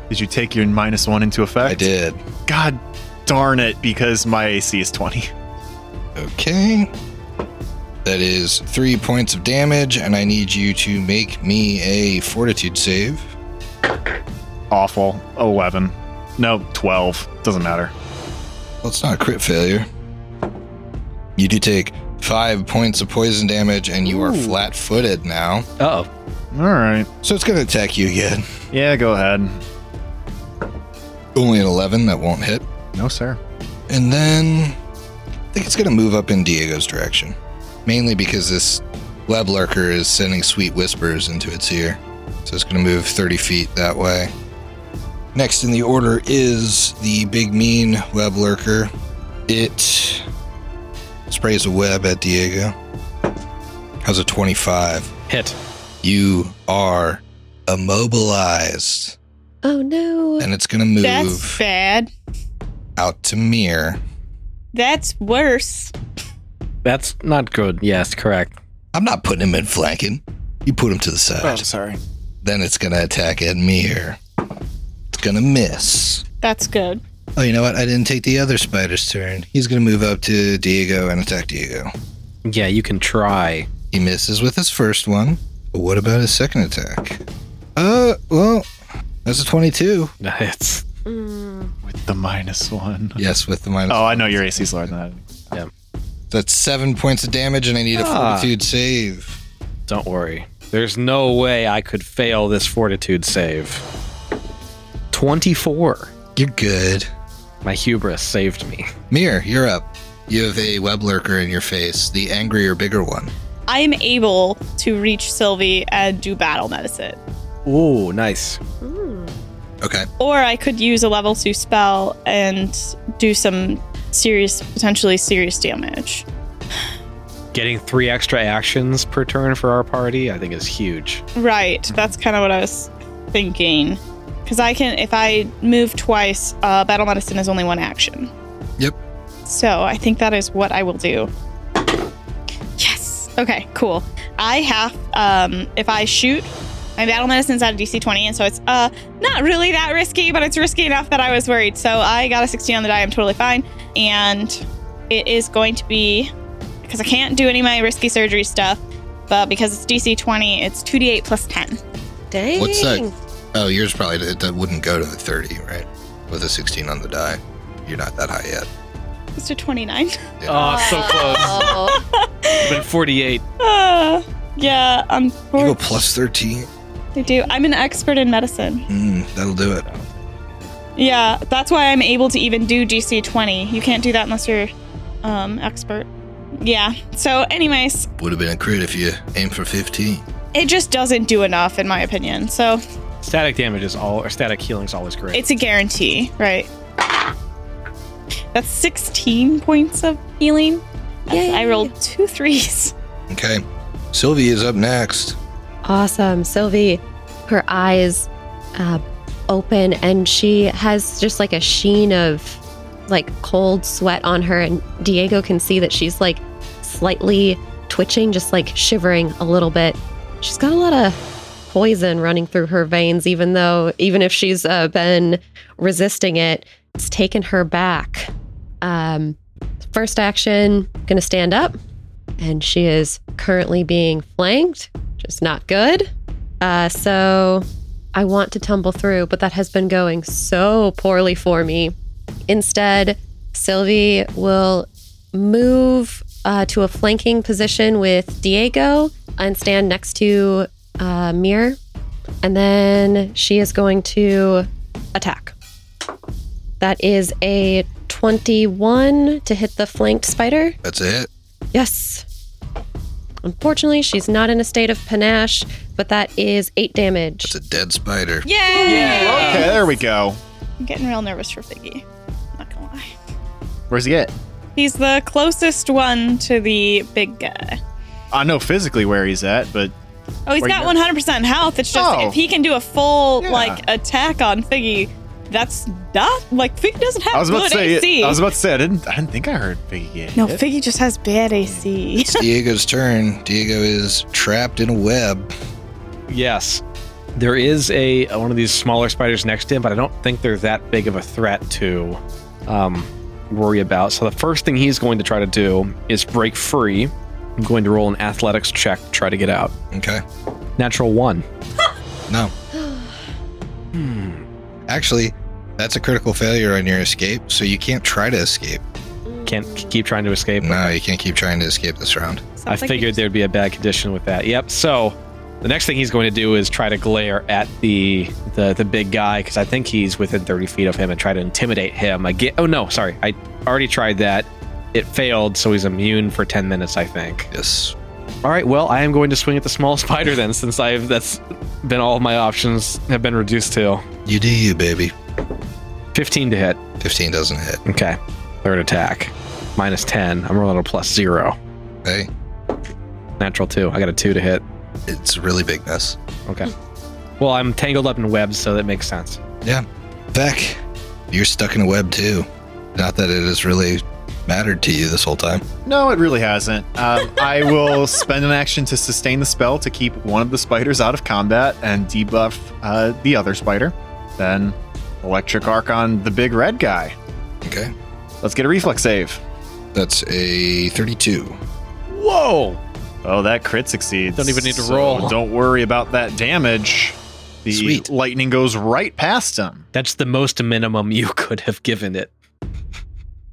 C: Did you take your minus one into effect?
B: I did.
C: God darn it, because my AC is 20.
B: Okay. That is three points of damage, and I need you to make me a fortitude save.
C: Awful. 11. No, 12. Doesn't matter.
B: Well, it's not a crit failure. You do take five points of poison damage, and you are flat-footed now.
D: Oh.
C: All right.
B: So it's gonna attack you again.
C: Yeah, go ahead.
B: Only an eleven that won't hit,
C: No, sir.
B: and then I think it's gonna move up in Diego's direction, mainly because this web lurker is sending sweet whispers into its ear. So it's gonna move 30 feet that way. Next in the order is the big mean web lurker. It sprays a web at Diego. How's a 25?
D: Hit.
B: You are immobilized,
E: Oh no.
B: and it's going to move
F: That's bad.
B: out to Mir.
F: That's worse.
D: That's not good. Yes, correct.
B: I'm not putting him in flanking. You put him to the side.
C: sorry.
B: Then it's going to attack at Mir. It's going to miss.
F: That's good.
B: Oh, you know what? I didn't take the other spider's turn. He's going to move up to Diego and attack Diego.
D: Yeah, you can try.
B: He misses with his first one. But what about his second attack? Uh, well, that's a 22.
D: It's
C: With the minus one.
B: Yes, with the minus.
C: Oh, I know your AC's lower than that.
B: That's seven points of damage, and I need a
D: Ah.
B: fortitude save.
D: don't worry. There's no way I could fail this fortitude save. 24.
B: You're good.
D: My hubris saved me.
B: Mir, you're up. You have a web lurker in your face, the angrier, bigger one.
F: I am able to reach Sylvie and do battle medicine.
D: Ooh, nice.
B: Okay.
F: Or I could use a level two spell and do some serious, potentially serious damage.
D: Getting three extra actions per turn for our party, I think, is huge.
F: Right. That's kind of what I was thinking. Because I can, if I move twice, uh, battle medicine is only one action.
B: Yep.
F: So I think that is what I will do. Yes. Okay. Cool. I have. Um, if I shoot, my battle medicine's at a DC 20, and so it's uh not really that risky, but it's risky enough that I was worried. So I got a 16 on the die. I'm totally fine, and it is going to be because I can't do any of my risky surgery stuff, but because it's DC 20, it's 2d8 plus 10.
E: Dang.
B: What's that? Oh, yours probably it wouldn't go to the 30, right? With a 16 on the die. You're not that high yet.
F: It's a 29.
D: Uh,
G: Oh, so close.
E: Oh.
G: I've been 48.
F: Uh, yeah, I'm.
B: You go plus 13.
F: I do. I'm an expert in medicine.
B: Mm, that'll do it.
F: Yeah, that's why I'm able to even do DC 20. You can't do that unless you're um, expert. Yeah. So, anyways,
B: Would have been a crit if you aimed for 15.
F: it just doesn't do enough, in my opinion. So,
D: Static damage is all, or static healing is always great.
F: it's a guarantee, right? That's 16 points of healing.
E: Yay.
F: I rolled two threes.
B: Okay. Sylvie is up next.
E: Awesome. Sylvie, her eyes uh, open and she has just like a sheen of like cold sweat on her. And Diego can see that she's like slightly twitching, just like shivering a little bit. She's got a lot of poison running through her veins, even though, even if she's uh, been resisting it, it's taken her back. Um, first action, gonna stand up and she is currently being flanked, which is not good. Uh, so I want to tumble through, but that has been going so poorly for me. Instead, Sylvie will move uh, to a flanking position with Diego and stand next to uh, Mir. And then she is going to attack. That is a 21 to hit the flanked spider.
B: That's it.
E: Yes. Unfortunately, she's not in a state of panache, but that is eight damage.
B: It's a dead spider.
F: Yay!
C: Okay, there we go.
F: I'm getting real nervous for Figgy. Not gonna lie.
C: Where's he at?
F: He's the closest one to the big guy.
C: I know physically where he's at, but
F: Oh, he's
C: Or
F: got
C: you-
F: 100% health. It's just
C: Oh.
F: if he can do a full
C: Yeah.
F: like attack on Figgy, that's not like Figgy doesn't have
C: I was
F: good
C: about to say
F: AC.
C: I was about to say I didn't I didn't think I heard Biggie get
F: no,
C: hit.
F: Figgy just has bad AC.
B: It's Diego's turn. Diego is trapped in a web.
D: Yes. There is a one of these smaller spiders next to him, but I don't think they're that big of a threat to um, worry about. So the first thing he's going to try to do is break free. I'm going to roll an athletics check to try to get out.
B: Okay.
D: Natural one.
B: No. Actually, that's a critical failure on your escape, so you can't try to escape.
D: Can't keep trying to escape.
B: No, you can't keep trying to escape this round.
D: I
F: Sounds like
D: figured
F: he
D: there'd be a bad condition with that. Yep. So the next thing he's going to do is try to glare at the the, the big guy because I think he's within 30 feet of him and try to intimidate him. Again. Oh no, sorry. I already tried that. It failed, so he's immune for 10 minutes, I think.
B: Yes.
D: All right. Well, I am going to swing at the small spider then, since I've that's been all of my options have been reduced to
B: You do you, baby.
D: 15 to hit.
B: 15 doesn't hit.
D: Okay. Third attack. minus 10. I'm rolling a plus zero.
B: Hey,
D: Natural two. I got a two to hit.
B: it's a really big mess.
D: Okay. Well, I'm tangled up in webs, so that makes sense.
B: Yeah. Vec, you're stuck in a web too. Not that it has really mattered to you this whole time.
C: No, it really hasn't. Um, I will spend an action to sustain the spell to keep one of the spiders out of combat and debuff uh, the other spider. Then electric arc on the big red guy.
B: Okay.
C: Let's get a reflex save.
B: That's a 32.
D: Whoa!
C: Oh, that crit succeeds.
G: Don't even need to roll.
C: Don't worry about that damage. The
B: Sweet.
C: lightning goes right past him.
D: That's the most minimum you could have given it.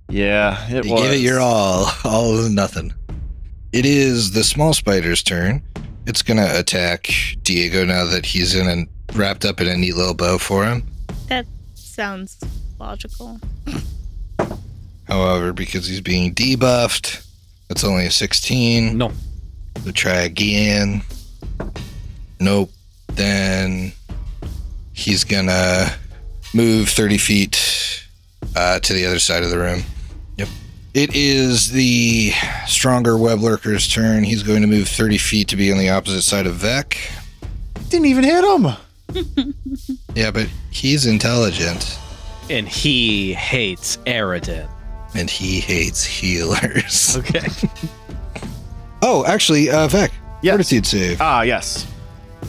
C: Yeah, it
B: you
C: was.
B: gave it your all, all or nothing. It is the small spider's turn. It's gonna attack Diego now that he's in and wrapped up in a neat little bow for him.
F: That sounds logical.
B: However, because he's being debuffed, that's only a 16.
D: No.
B: We try again. Nope. Then he's gonna move 30 feet uh, to the other side of the room. Yep. It is the stronger web lurker's turn. He's going to move 30 feet to be on the opposite side of Vec.
C: Didn't even hit him.
B: Yeah, but he's intelligent
D: And he hates Aridin.
B: and he hates healers.
D: Okay.
B: Oh, actually, uh, Vec.
C: Yes.
B: Fortitude save.
C: Ah, yes.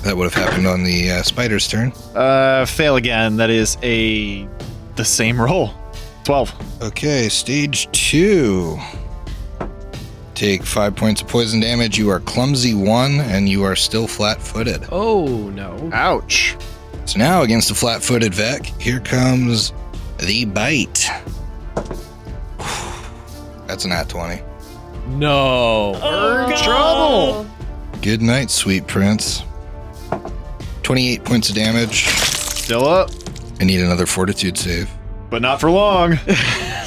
B: That would have happened on the uh, spider's turn.
C: Uh, fail again. That is a the same roll. Twelve.
B: Okay, stage two. Take five points of poison damage. You are clumsy one, and you are still flat footed.
D: Oh, no.
C: Ouch.
B: So now, against the flat footed Vec, here comes the bite. That's an at 20.
D: No.
F: Oh,
C: trouble.
B: Good night, sweet prince. 28 points of damage.
C: Still up,
B: I need another fortitude save.
C: but not for long.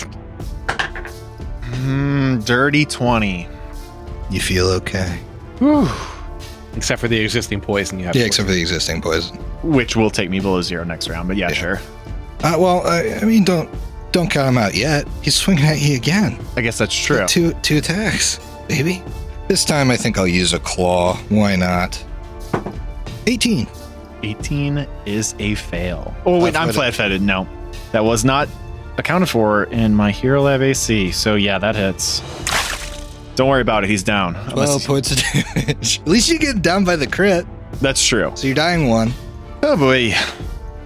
C: Mm, dirty twenty.
B: You feel okay.
D: Except for the existing poison you have.
B: Yeah, except for the existing poison.
C: Which will take me below zero next round, but yeah,
B: Yeah.
C: sure.
B: Uh, well, I, I mean, don't don't count him out yet. He's swinging at you again.
C: I guess that's true.
B: Two two attacks, baby. This time I think I'll use a claw. Why not? 18.
C: 18 is a fail. Oh, wait, I'm flat
B: Flat-footed.
C: footed. No, that was not accounted for in my Hero Lab AC. So, yeah, that hits. Don't worry about it. He's down.
B: 12
C: Unless-
B: points of damage. At least you get down by the crit.
C: that's true.
B: So you're dying one.
C: Oh, boy.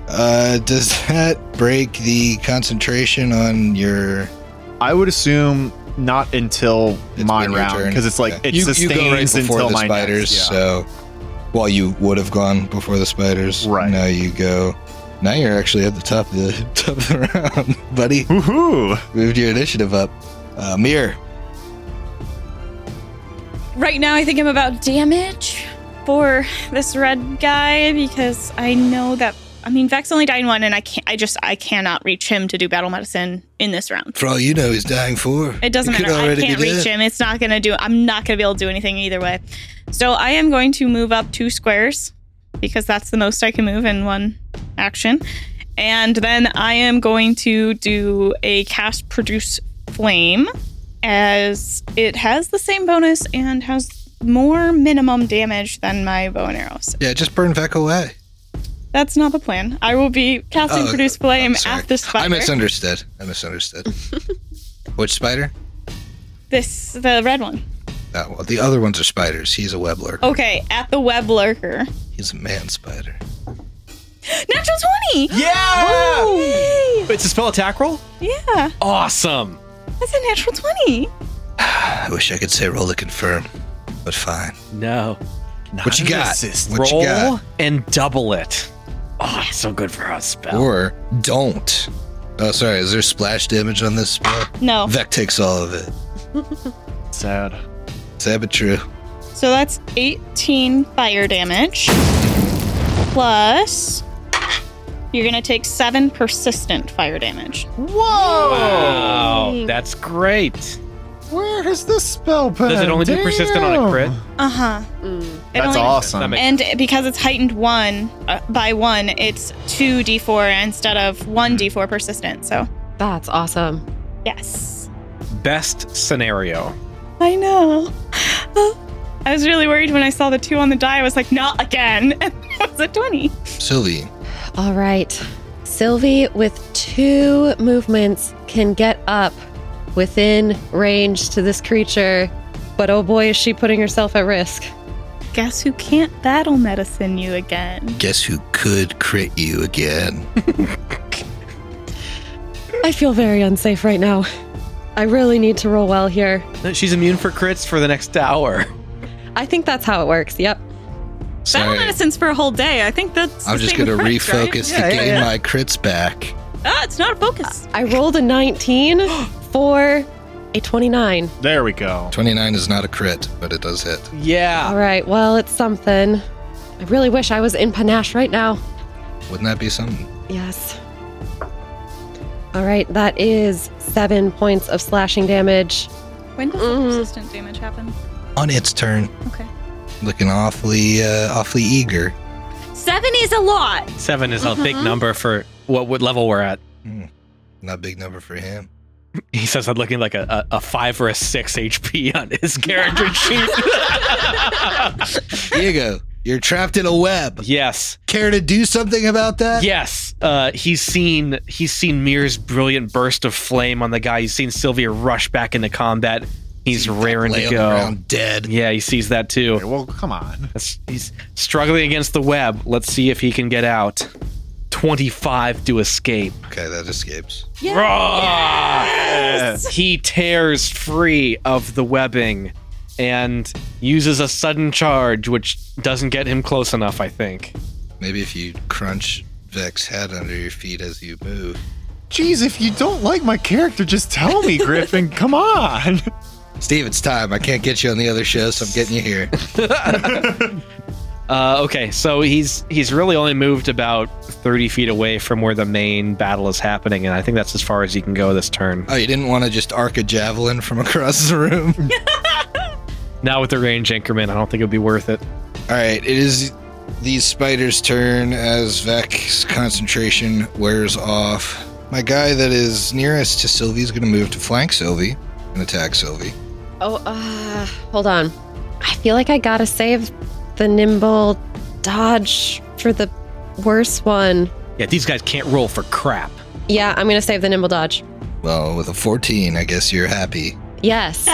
B: Uh, does that break the concentration on your.
C: I would assume not until
B: It's
C: my
B: been your
C: round
B: turn.
C: because it's like
B: Okay.
C: it
B: you, you
C: sustains
B: go right before
C: until
B: the
C: my
B: spiders,
C: Next, yeah.
B: so. Well, you would have gone before the spiders.
C: Right.
B: Now you go. Now you're actually at the top of the top of the round, buddy.
C: Woohoo!
B: Moved your initiative up. Uh, Mir,
F: Right now, I think I'm about damage for this red guy because I know that. I mean, Vex only died one, and I can't. I just I cannot reach him to do battle medicine in this round.
B: for all you know, he's dying four.
F: It doesn't
B: He could
F: matter. I
B: already be
F: can't reach
B: dead.
F: him. It's not gonna do. I'm not gonna be able to do anything either way. So I am going to move up two squares because that's the most I can move in one action, and then I am going to do a cast produce flame, as it has the same bonus and has more minimum damage than my bow and arrows.
B: Yeah, just burn Vec away.
F: That's not the plan. I will be casting
B: Oh,
F: produce flame
B: I'm sorry.
F: at the spider.
B: I misunderstood. I misunderstood. Which spider?
F: this the red one.
B: Oh, well, the other ones are spiders. He's a web lurker.
F: Okay, at the web lurker.
B: He's a man spider.
F: Natural 20!
D: Yeah!
F: Ooh.
D: It's a spell attack roll?
F: Yeah,
D: Awesome.
F: that's a natural 20.
B: I wish I could say roll to confirm, but fine.
D: No.
B: What you
C: Not an
B: got?
C: assist.
B: What
D: roll
B: you got?
D: and double it. Oh, it's so good for us spell.
B: Or don't. Oh, sorry. Is there splash damage on this spell?
D: Oh.
F: No.
B: Vec takes all of it.
C: Sad.
B: Sad but true.
F: So that's 18 fire damage. Plus, you're going to take 7 persistent fire damage.
D: Wow, that's great.
C: Where is this spell pen?
D: Does it only do persistent on a crit?
F: Uh huh.
E: Mm.
C: That's
D: That
C: awesome.
D: makes-
F: And because it's heightened one uh, by one, it's 2d4 instead of 1d4 persistent. So,
E: That's awesome.
F: yes.
D: best scenario.
F: I know. I was really worried when I saw the two on the die. I was like, not again. And it was a 20.
B: Sylvie.
E: All right. Sylvie, with two movements, can get up within range to this creature, but oh boy, is she putting herself at risk.
F: Guess who can't battle medicine you again?
B: Guess who could crit you again?
E: I feel very unsafe right now. I really need to roll well here.
D: She's immune for crits for the next hour.
E: I think that's how it works. Yep.
F: Battle
B: Sorry.
F: medicine's for a whole day. I think that's.
B: I'm
F: the
B: just
F: same
B: going to
F: crits, right?
B: refocus
D: Yeah,
B: to
D: yeah,
B: gain
D: yeah.
B: my crits back.
F: Ah, it's not a focus.
E: I rolled a 19 for a 29.
C: There we go.
B: 29 is not a crit, but it does hit.
E: All
D: Yeah.
E: right. Well, it's something. I really wish I was in Panache right now.
B: Wouldn't that be something?
E: Yes. All right. That is seven points of slashing damage.
F: When does
E: Mm.
F: the persistent damage happen?
B: On its turn,
F: Okay.
B: looking awfully, uh, awfully eager.
F: Seven is a lot.
D: Seven is a big
B: Mm-hmm.
D: number for what, what level we're at.
B: Not a big number for him.
D: He says I'm looking like a, a, a five or a six HP on his character sheet.
B: Diego, you're trapped in a web.
D: yes.
B: Care to do something about that?
D: Yes, uh, he's seen he's seen Mir's brilliant burst of flame on the guy. He's seen Sylvia rush back into combat. He's raring
B: Lay
D: to
B: on the
D: go.
B: ground dead.
D: Yeah, he sees that too.
C: Well, come on.
D: That's- He's struggling against the web. Let's see if he can get out. Twenty-five to escape.
B: Okay, that escapes.
D: He tears free of the webbing and uses a sudden charge, which doesn't get him close enough. I think.
B: Maybe if you crunch Vex's head under your feet as you move.
C: Jeez, if you don't like my character, just tell me, Griffin. Come on.
B: Steve, it's time. I can't get you on the other show, so I'm getting you here.
D: Uh, okay, so he's he's really only moved about thirty feet away from where the main battle is happening, and I think that's as far as he can go this turn.
B: Oh, you didn't want to just arc a javelin from across the room?
D: Now with the range increment, I don't think it'd be worth it.
B: All right, it is these spiders' turn as Vec's concentration wears off. My guy that is nearest to Sylvie is going to move to flank Sylvie and attack Sylvie.
E: Oh, uh, hold on. I feel like I gotta save the nimble dodge for the worse one.
D: Yeah, these guys can't roll for crap.
E: Yeah, I'm gonna save the nimble dodge.
B: Well, with a 14, I guess you're happy.
E: Yes.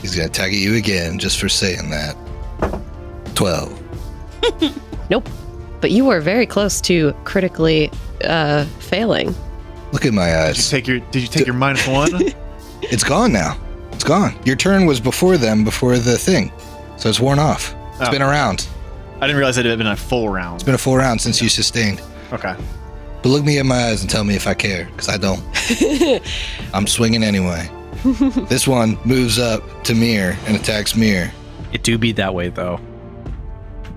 B: He's going to attack at you again just for saying that. 12.
E: nope. But you were very close to critically uh, failing.
B: Look at my
C: Did you
B: eyes.
C: take your Did you take your minus one?
B: It's gone now. It's gone. Your turn was before them, before the thing. So it's worn off. It's
C: Oh.
B: been around.
C: I didn't realize it had been a full round.
B: It's been a full round since you sustained.
C: Okay.
B: But look me in my eyes and tell me if I care, because I don't. I'm swinging anyway. this one moves up to Mir and attacks Mir.
D: It do be that way though.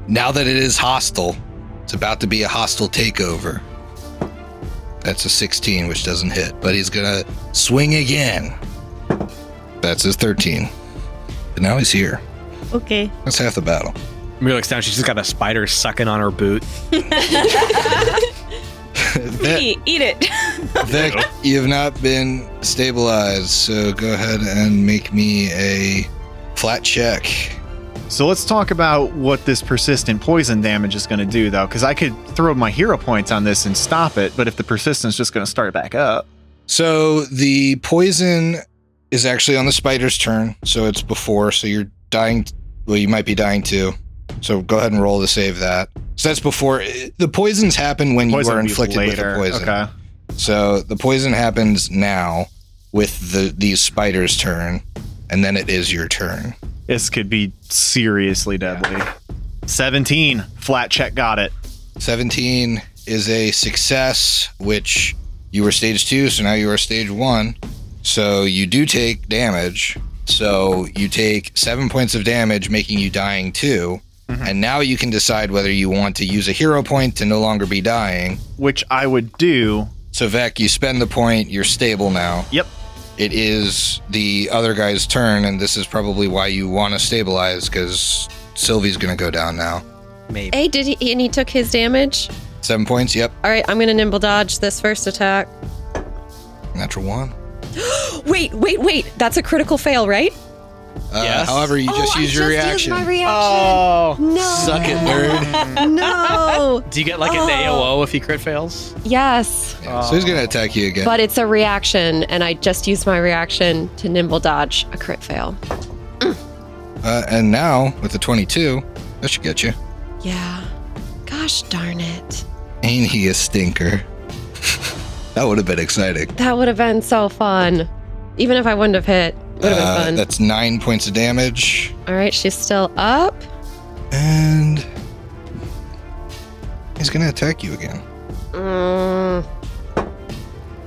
B: Now that it is hostile, it's about to be a hostile takeover. That's a 16, which doesn't hit, but he's gonna swing again. That's his 13. But now he's here.
F: Okay.
B: That's half the battle.
D: Mir looks down. She's just got a spider sucking on her boot.
B: Vic,
F: eat it.
B: Vic, you have not been stabilized, so go ahead and make me a flat check.
C: So let's talk about what this persistent poison damage is going to do, though, because I could throw my hero points on this and stop it. But if the persistent's just going to start back up,
B: So the poison is actually on the spider's turn, so it's before. So you're dying. Well, you might be dying too. So go ahead and roll to save that. So that's before the poisons happen when
C: poison
B: you are
C: would be
B: inflicted with the poison.
C: Okay.
B: So the poison happens now with the these spiders' turn, and then it is your turn.
C: This could be seriously deadly. 17. Flat check got it.
B: 17 is a success, which you were stage two, so now you are stage one. So you do take damage. So you take seven points of damage, making you dying 2 And now you can decide whether you want to use a hero point to no longer be dying.
C: Which I would do.
B: So, Vec, you spend the point, you're stable now.
C: Yep.
B: It is the other guy's turn, and this is probably why you want to stabilize because Sylvie's going to go down now.
D: Maybe.
E: Hey, did he? And he took his damage.
B: Seven points, yep.
E: All right, I'm gonna nimble dodge this first attack.
B: Natural one.
E: Wait, wait, wait. That's a critical fail, right?
B: Uh,
D: Yes.
B: However, you just
E: Oh, I
B: use your
E: used
B: reaction.
E: my reaction.
D: Oh.
E: no.
B: Suck it, nerd.
E: No.
D: Do you get like an
E: Oh.
D: AOO if he crit fails?
E: Yes.
B: Yeah, so he's gonna attack you again.
E: But it's a reaction, and I just used my reaction to nimble dodge a crit fail.
B: Uh, and now with the 22, that should get you.
E: Yeah. Gosh darn it.
B: Ain't he a stinker? that would have been exciting.
E: That would have been so fun. Even if I wouldn't have hit, would have
B: Uh,
E: been fun.
B: That's nine points of damage,
E: All right, she's still up.
B: and he's gonna attack you again.
E: Mm,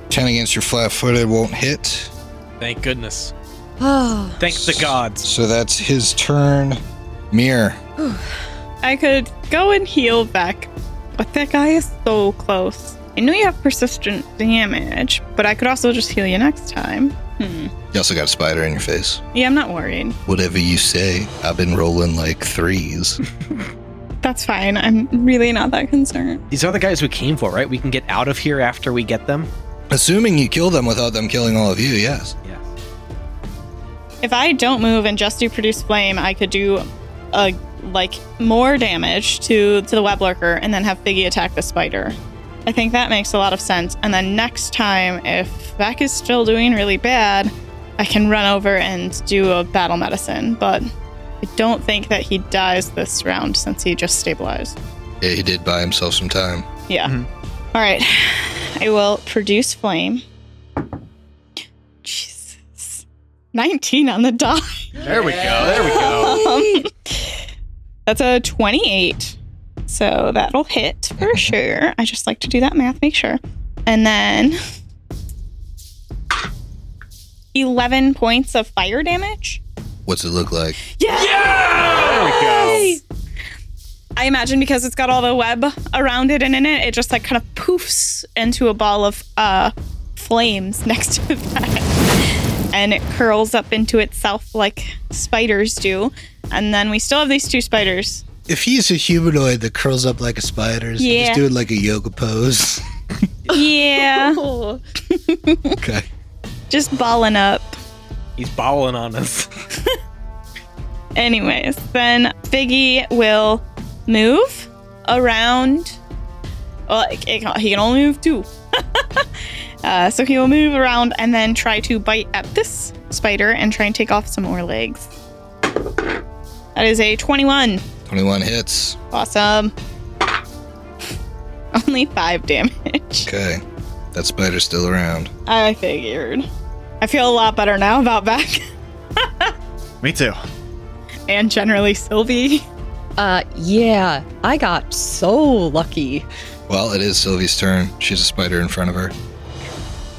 B: 10 against your flat-footed won't hit.
D: Thank goodness.
E: Oh,
D: Thank the gods.
B: So that's his turn. Mir,
F: I could go and heal back, but that guy is so close. I know you have persistent damage, but I could also just heal you next time. Hmm.
B: you also got a spider in your face.
F: Yeah, I'm not worried.
B: Whatever you say, I've been rolling like threes.
F: That's fine. I'm really not that concerned.
D: These are the guys we came for, right? We can get out of here after we get them.
B: Assuming you kill them without them killing all of you, yes.
D: Yeah.
F: If I don't move and just do produce flame, I could do a like more damage to to the web lurker and then have Figgy attack the spider. I think that makes a lot of sense. And then next time, if Vac is still doing really bad, I can run over and do a battle medicine. But I don't think that he dies this round since he just stabilized.
B: Yeah, he did buy himself some time.
F: Yeah.
C: Mhm.
F: All right. I will produce flame. Jesus. 19 on the dot.
C: There we go. There we go.
F: Um, that's a 28. So that'll hit for sure. I just like to do that math, make sure. And then 11 points of fire damage.
B: What's it look like?
C: There we go.
F: I imagine because it's got all the web around it and in it, it just like kind of poofs into a ball of uh, flames next to that. And it curls up into itself like spiders do. And then we still have these two spiders.
H: If he's a humanoid that curls up like a spider, so
F: Yeah.
H: just do it like a yoga pose.
F: Yeah.
B: Okay.
F: just balling up.
D: He's bowling on us.
F: Anyways, then Figgy will move around. Well, it- it- he can only move two. uh, so he will move around and then try to bite at this spider and try and take off some more legs. That is a 21.
B: 21 hits.
F: Awesome. Only five damage.
B: Okay. That spider's still around.
F: I figured. I feel a lot better now about back
C: Me too.
F: and generally Sylvie.
E: uh, yeah. I got so lucky.
B: Well, it is Sylvie's turn. She's a spider in front of her.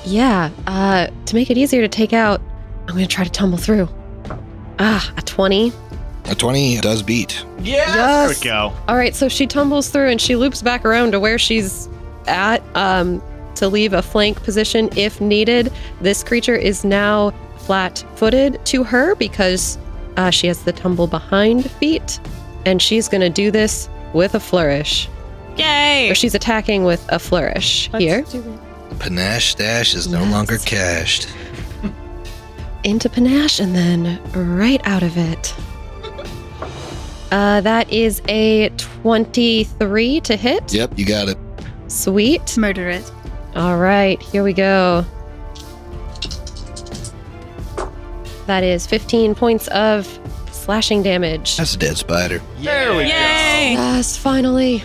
E: Yeah. Uh, to make it easier to take out, I'm gonna try to tumble through. Ah, a twenty.
B: A 20 does beat.
C: There we
E: Yes.
C: go.
E: All right, so she tumbles through and she loops back around to where she's at um, to leave a flank position if needed. This creature is now flat footed to her because uh, she has the tumble behind feet, and she's going to do this with a flourish.
F: Yay!
E: Or she's attacking with a flourish here
B: Panache stash is no
E: Yes.
B: longer cashed.
E: into panache and then right out of it. Uh, that is a 23 to hit.
B: Yep, you got it.
E: Sweet.
F: Murder it.
E: All right, here we go. That is 15 points of slashing damage.
B: That's a dead spider.
C: There we
F: Yay!
E: Yes, finally.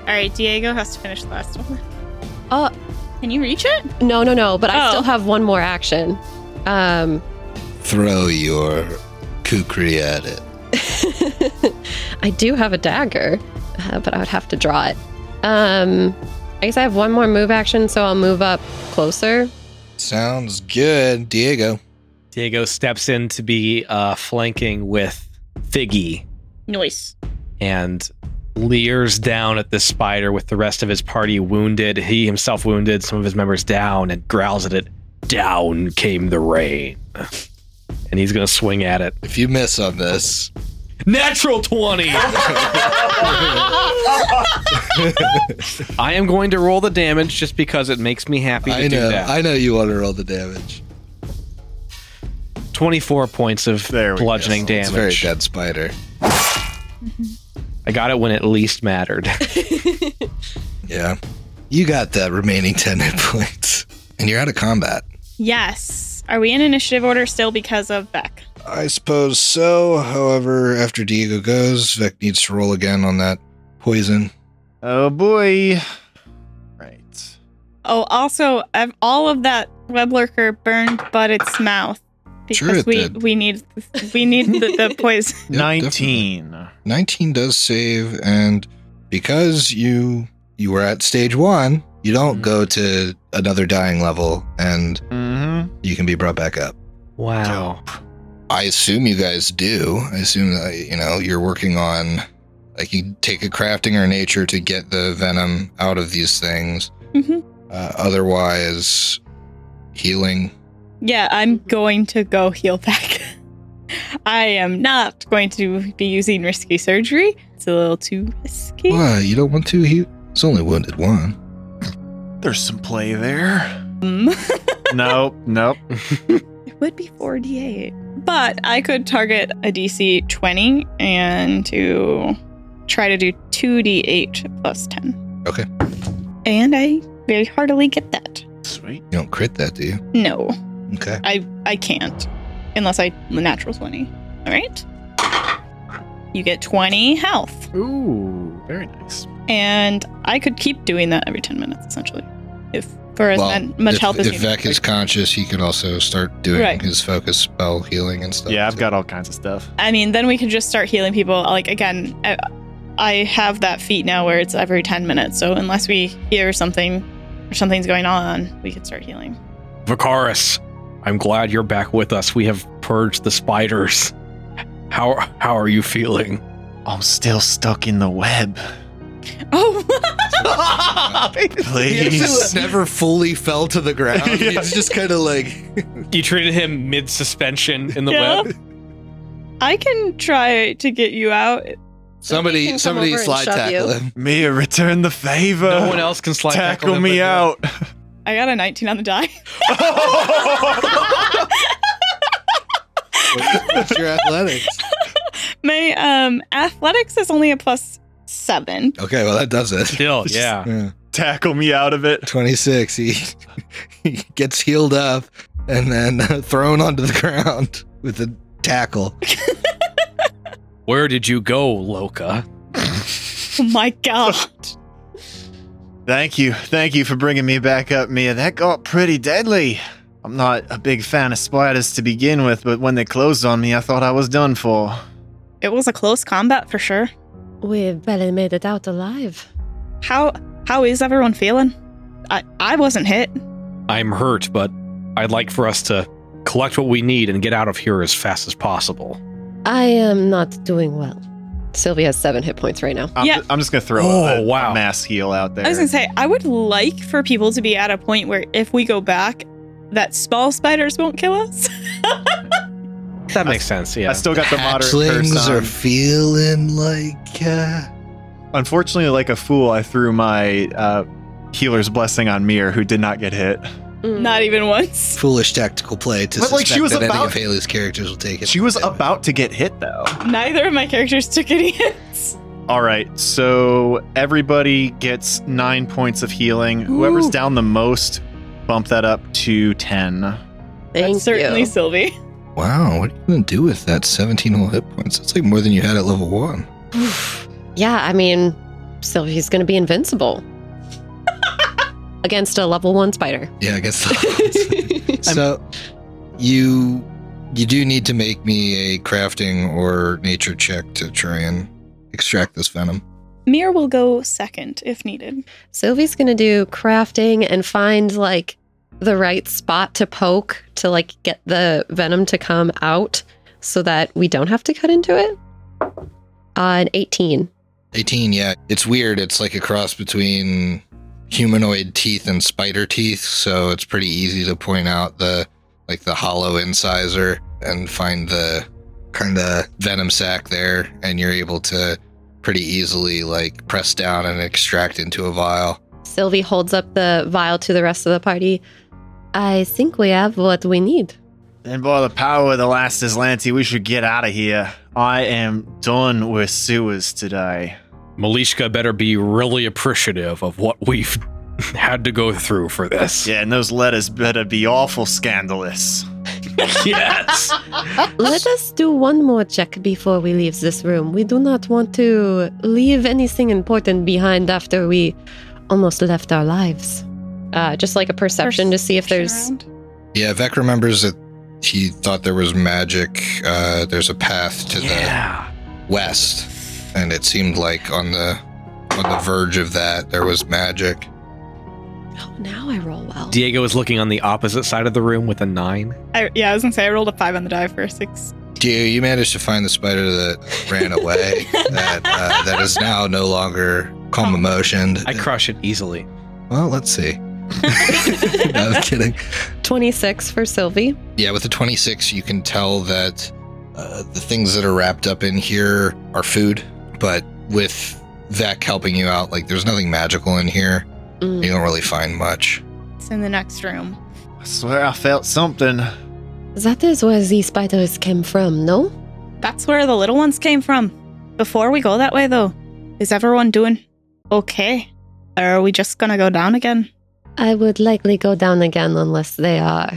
F: All right, Diego has to finish the last one.
E: Oh.
F: Can you reach it?
E: No, no, no, but I
F: Oh.
E: still have one more action. Um,
B: Throw your kukri at it.
E: I do have a dagger, uh, but I would have to draw it. Um, I guess I have one more move action, so I'll move up closer.
B: Sounds good, Diego.
D: Diego steps in to be uh, flanking with Figgy
F: Noise.
D: and leers down at the spider with the rest of his party wounded. He himself wounded, some of his members down, and growls at it. Down came the rain. And he's going to swing at it.
B: If you miss on this,
D: Natural 20! I am going to roll the damage just because it makes me happy to
B: I know,
D: do that.
B: I know you want to roll the damage.
D: 24 points of
C: There we go.
D: bludgeoning
B: It's a very
D: damage.
B: dead spider.
D: I got it when it least mattered.
B: Yeah. You got that remaining 10 hit points. And you're out of combat.
F: Yes. Are we in initiative order still because of Beck?
B: I suppose so. However, after Diego goes, Vec needs to roll again on that poison.
C: Oh boy. Right.
F: Oh, also, ev- all of that web lurker burned but its mouth
B: Sure
F: because
B: it
F: we
B: did.
F: we need we need the, the poison.
B: Yep,
C: 19.
B: 19 does save and because you you were at stage 1, you
D: Mm-hmm.
B: don't go to another dying level and
C: Mm-hmm.
B: you can be brought back up.
D: wow.
B: I assume you guys do. I assume that you know you're working on like you take a crafting or nature to get the venom out of these things.
F: Mhm.
B: Uh, otherwise, healing.
F: Yeah, I'm going to go heal back. I am not going to be using risky surgery. It's a little too risky.
B: Why you don't want to heal? It's only wounded one.
C: There's some play there.
F: Um,
C: nope. Nope.
F: it would be 4d8, but I could target a DC 20 and to try to do 2d8 plus 10.
B: Okay.
F: And I very heartily get that.
C: Sweet.
B: You don't crit that, do you?
F: No,
B: Okay.
F: I I can't unless I the natural 20. All right. You get 20 health.
C: Ooh. Very nice.
F: and I could keep doing that every 10 minutes essentially if for as men- much
B: if,
F: health as
B: if
F: you
B: Vec
F: need.
B: is conscious, he could also start doing
F: Right.
B: his focus spell healing and stuff.
C: Yeah, I've
B: too.
C: got all kinds of stuff.
F: I mean, then we could just start healing people. Like again, I, I have that feat now where it's every 10 minutes. So unless we hear something or something's going on, we could start healing.
D: Vicaris, I'm glad you're back with us. We have purged the spiders. How how are you feeling?
C: I'm still stuck in the web.
F: Oh,
C: Please.
B: never fully fell to the ground. It's just kind of like
I: You treated him mid suspension in the
F: Yeah.
I: web.
F: I can try to get you out.
E: Somebody
B: somebody somebody
E: can come over and
B: slide
E: shove
B: tackle
E: you.
B: him.
C: Mia, return the favor.
I: No one else can slide back on
C: Tackle
I: him
C: me
I: but-
C: out.
F: I got a 19 on the die.
B: What's your athletics?
F: My um athletics is only a plus 7.
B: Okay, well that does it.
D: Still, yeah.
B: Yeah.
C: Tackle me out of it.
B: 26. He, he gets healed up and then thrown onto the ground with a tackle.
D: Where did you go, Loca?
F: Oh my god.
C: Thank you. Thank you for bringing me back up, Mia. That got pretty deadly. I'm not a big fan of spiders to begin with, but when they closed on me, I thought I was done for.
F: It was a close combat for sure.
E: We barely made it out alive.
F: How how is everyone feeling? I I wasn't hit.
D: I'm hurt, but I'd like for us to collect what we need and get out of here as fast as possible.
E: I am not doing well. Sylvia has seven hit points right now.
C: I'm,
F: Yeah.
C: I'm just gonna throw
D: Oh,
C: a, a
D: wow.
C: mass heal out there.
F: I was gonna say I would like for people to be at a point where if we go back, that small spiders won't kill us.
D: That makes sense, yeah.
C: I still got the moderate
B: Hatchlings
C: curse
B: are
C: on.
B: feeling like. Uh,
C: Unfortunately, like a fool, I threw my uh, healer's blessing on Mir, who did not get hit.
F: Not even once.
B: foolish tactical play to
C: But, like, she
B: suspect
C: was
B: that any
C: about-
B: of Haley's characters will take it.
C: She was about to get hit, though.
F: Neither of my characters took any hits.
C: All right, so everybody gets nine points of healing. Whoever's down the most, bump that up to ten.
E: Thank
F: That's certainly
E: you.
F: Sylvie.
B: Wow, what are you going to do with that 17 whole hit points? That's like more than you had at level one.
E: Yeah, I mean, Sylvie's going to be invincible against a level one spider.
B: Yeah, I guess. so you you do need to make me a crafting or nature check to try and extract this venom.
F: Mir will go second if needed.
E: Sylvie's going to do crafting and find like the right spot to poke to like get the venom to come out so that we don't have to cut into it. Uh, an 18.
B: 18, yeah. It's weird. It's like a cross between humanoid teeth and spider teeth, so it's pretty easy to point out the like the hollow incisor and find the kind of venom sac there and you're able to pretty easily like press down and extract into a vial.
E: Sylvie holds up the vial to the rest of the party. I think we have what we need.
C: Then by the power of the last Islanti, we should get out of here. I am done with sewers today.
I: Malishka better be really appreciative of what we've had to go through for this.
C: Yeah, and those letters better be awful scandalous.
I: Yes.
E: Let us do one more check before we leave this room. We do not want to leave anything important behind after we almost left our lives.
J: Uh, just like a perception to see if there's.
F: Around.
B: Yeah, Vec remembers that he thought there was magic. Uh, there's a path to the west, and it seemed like on the on the verge of that there was magic.
E: Oh, now I roll well.
D: Diego is looking on the opposite side of the room with a nine.
F: I, yeah, I was gonna say I rolled a five on the die for a six.
B: Dio, you managed to find the spider that ran away that uh, that is now no longer calm emotioned.
D: I crush it easily.
B: well, let's see. no, I'm kidding.
E: 26 for Sylvie.
B: Yeah, with the 26, you can tell that uh, the things that are wrapped up in here are food, but with Vec helping you out, like there's nothing magical in here.
E: Mm.
B: You don't really find much.
F: It's in the next room.
C: I swear I felt something.
E: That is where the spiders came from, no?
F: That's where the little ones came from. Before we go that way, though, is everyone doing okay? Or are we just gonna go down again?
E: I would likely go down again unless they are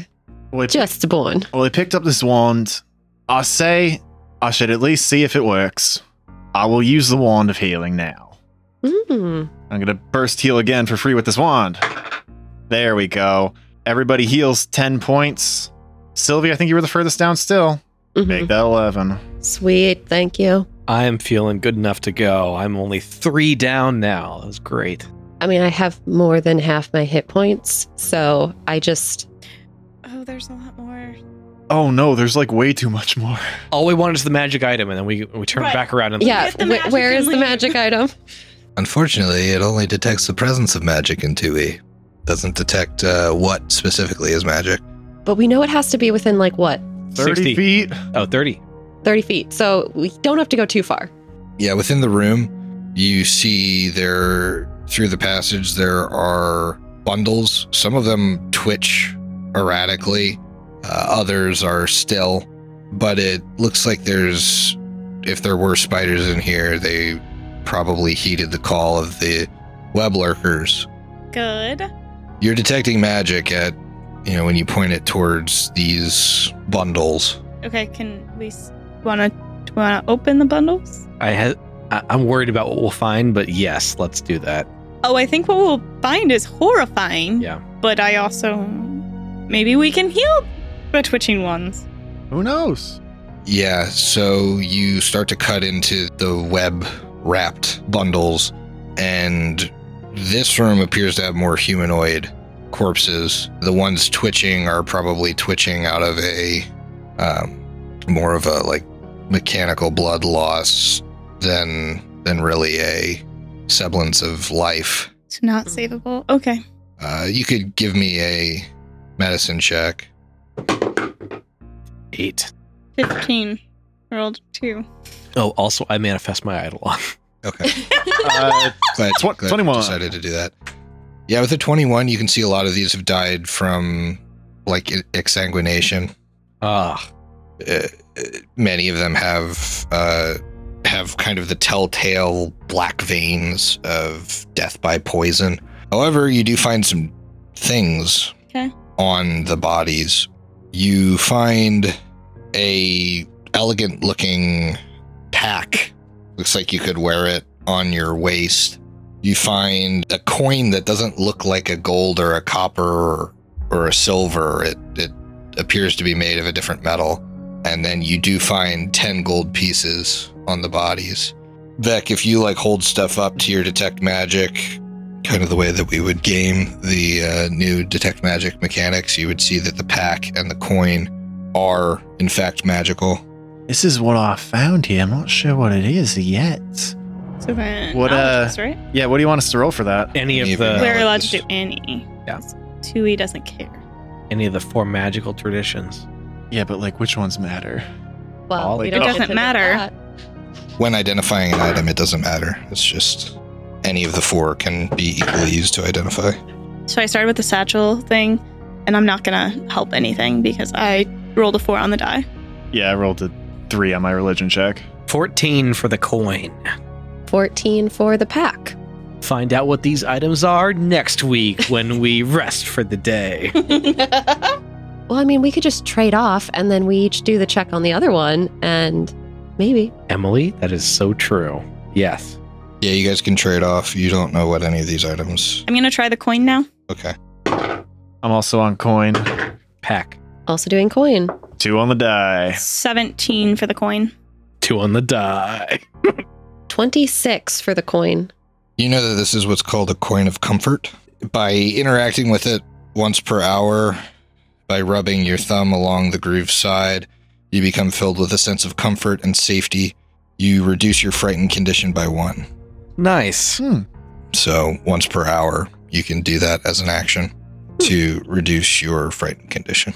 C: Well, I
E: just born.
C: Well, he picked up this wand. I say I should at least see if it works. I will use the wand of healing now.
E: Mm.
C: I'm gonna burst heal again for free with this wand. There we go. Everybody heals 10 points. Sylvie, I think you were the furthest down still.
E: Mhm.
C: Make that 11.
E: Sweet, thank you.
D: I am feeling good enough to go. I'm only three down now. That was great.
E: I mean, I have more than half my hit points, so I just
F: Oh, there's a lot more.
C: Oh no, there's like way too much more.
D: All we want is the magic item, and then we we turn
F: Right.
D: back around and
E: yeah.
F: Get the
E: wh-
F: magic
E: where
F: and
E: is the
F: leave.
E: magic item?
B: Unfortunately, it only detects the presence of magic in 2e. Doesn't detect uh, what specifically is magic.
E: But we know it has to be within like what
C: 30
D: 60.
C: feet.
D: oh 30.
E: 30 feet, so we don't have to go too far.
B: Yeah, within the room, you see there through the passage there are bundles. Some of them twitch erratically, uh, others are still, but it looks like there's if there were spiders in here, they probably heeded the call of the web lurkers.
F: Good.
B: You're detecting magic at you know when you point it towards these bundles.
F: Okay, can we s- wanna do we wanna open the bundles?
D: I had. I- I'm worried about what we'll find, but yes, let's do that.
F: Oh, I think what we'll find is horrifying.
D: Yeah.
F: But I also maybe we can heal the twitching ones.
C: Who knows?
B: Yeah, so you start to cut into the web wrapped bundles, and this room appears to have more humanoid corpses. The ones twitching are probably twitching out of a um, more of a like mechanical blood loss than than really a semblance of life.
F: It's not savable. Okay.
B: Uh, you could give me a medicine check.
D: Eight.
F: Fifteen. Rolled two.
D: Oh, also, I manifest my idol.
B: Okay.
C: Uh,
B: glad,
C: Twen-
B: glad
C: 21.
B: you decided to do that. Yeah, with a 21, you can see a lot of these have died from like e- exsanguination.
D: Ah,
B: Uh, uh, many of them have uh, have kind of the telltale black veins of death by poison. However, you do find some things
F: Okay.
B: on the bodies. You find a elegant looking pack. Looks like you could wear it on your waist. You find a coin that doesn't look like a gold or a copper or, or a silver. It it appears to be made of a different metal. And then you do find 10 gold pieces on the bodies. Vec, if you like hold stuff up to your detect magic, kind of the way that we would game the uh, new detect magic mechanics, you would see that the pack and the coin are in fact magical.
C: this is what I found here. I'm not sure what it is yet.
F: So then
C: What, uh,
F: knowledge, right?
C: Yeah, what do you want us to roll for that?
D: any of
B: Even
D: the
B: though-
F: We're allowed
B: just-
F: to do any.
D: uh, Yeah.
F: Two E doesn't care.
D: any of the four magical traditions.
C: Yeah, but like which ones matter?
E: Well,
D: Oh,
E: we
D: like-
E: don't
F: It
E: get
F: doesn't
E: to do
F: matter.
E: that.
B: When identifying an item, it doesn't matter. It's just any of the four can be equally used to identify.
F: So I started with the satchel thing, and I'm not gonna help anything because I Rolled a four on the die.
C: Yeah, I rolled a three on my religion check.
D: 14 for the coin.
E: 14 for the pack.
D: Find out what these items are next week when we rest for the day.
E: Well, I mean, we could just trade off and then we each do the check on the other one and maybe.
D: Emily, that is so true. Yes.
B: Yeah, you guys can trade off. You don't know what any of these items.
F: I'm gonna try the coin now.
B: Okay.
C: I'm also on coin.
D: Pack.
E: Also doing coin.
C: Two on the die.
F: 17 for the coin.
D: Two on the die.
E: 26 for the coin.
B: You know that this is what's called a coin of comfort. By interacting with it once per hour, by rubbing your thumb along the groove side, you become filled with a sense of comfort and safety. You reduce your frightened condition by one.
D: Nice.
B: So, once per hour, you can do that as an action to reduce your frightened condition.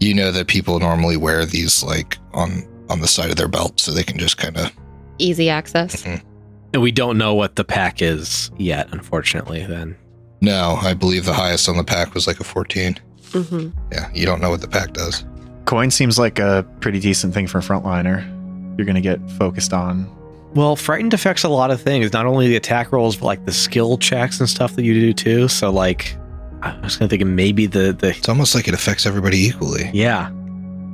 B: You know that people normally wear these like on on the side of their belt so they can just kind of
E: Easy access.
D: And we don't know what the pack is yet, unfortunately, then.
B: No, I believe the highest on the pack was like a 14.
E: hmm
B: Yeah, you don't know what the pack does.
C: Coin seems like a pretty decent thing for a frontliner. You're gonna get focused on.
D: Well, frightened affects a lot of things, not only the attack rolls, but like the skill checks and stuff that you do too. So, like, I was kind of thinking maybe the, the,
B: It's almost like it affects everybody equally.
D: yeah,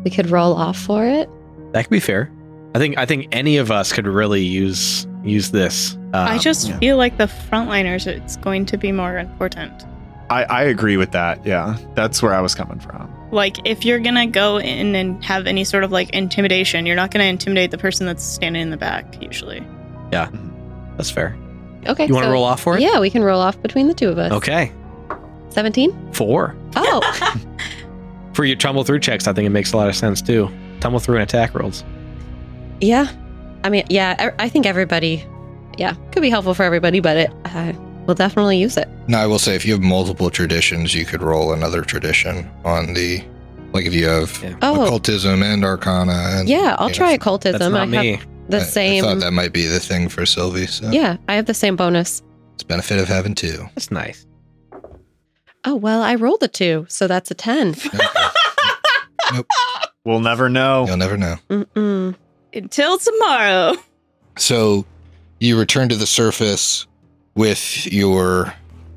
E: We could roll off for it.
D: that could be fair. I think, I think any of us could really use, use this.
F: I
D: Um,
F: just
C: yeah.
F: feel like the frontliners, it's going to be more important.
C: I, I agree with that. Yeah, that's where I was coming from.
F: Like, if you're gonna go in and have any sort of like intimidation, you're not gonna intimidate the person that's standing in the back, usually.
D: that's fair.
E: Okay.
D: You want to
E: so-
D: roll off for it?
E: Yeah, we can roll off between the two of us.
D: Okay.
E: 17?
D: Four.
E: Oh,
D: For your tumble through checks, I think it makes a lot of sense too. Tumble through and attack rolls.
E: yeah. I mean, yeah, e, I I think everybody, yeah, could be helpful for everybody, but it, uh, we'll definitely use it.
B: Now, I will say if you have multiple traditions, you could roll another tradition on the like if you have
D: Yeah.
E: Oh.
B: occultism and arcana and
E: Yeah, I'll
B: Yeah,
E: try
B: that's-
E: occultism.
D: That's not
E: I
D: me.
E: have the
B: I-
E: same.
B: I thought that might be the thing for Sylvie. So
E: yeah, I have the same bonus.
B: it's a benefit of having two.
D: That's nice.
E: Oh, well, I rolled a two, so that's a 10.
C: We'll never know.
B: You'll never know.
E: Mm-mm.
F: Until tomorrow.
B: So you return to the surface with your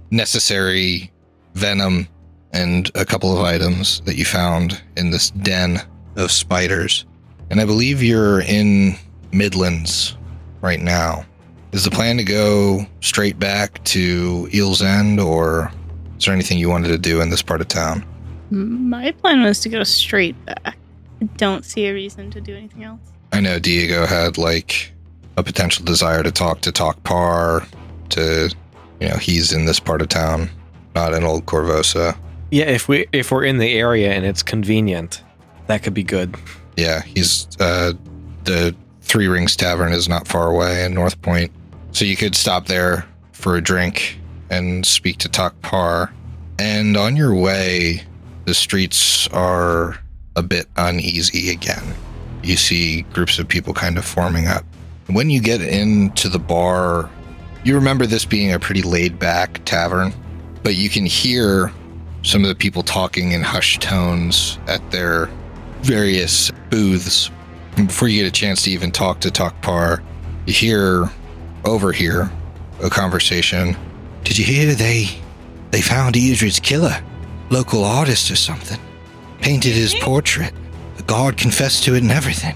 B: necessary venom and a couple of items that you found in this den of spiders. And I believe you're in Midlands right now. Is the plan to go straight back to Eel's End, or is there anything you wanted to do in this part of town?
F: My plan was to go straight back. I don't see a reason to do anything else.
B: I know Diego had like a potential desire to talk to Talk Par, to you know, he's in this part of town, not in old Corvosa.
D: Yeah, if we if we're in the area and it's convenient, that could be good.
B: Yeah, he's uh the Three Rings Tavern is not far away in North Point. So you could stop there for a drink and speak to Talk Par. And on your way, the streets are a bit uneasy again. You see groups of people kind of forming up. When you get into the bar, you remember this being a pretty laid back tavern, but you can hear some of the people talking in hushed tones at their various booths. And before you get a chance to even talk to Tokpar, you hear over here a conversation.
H: Did you hear they they found Eldred's killer? Local artist or something. Painted his portrait. The guard confessed to it and everything.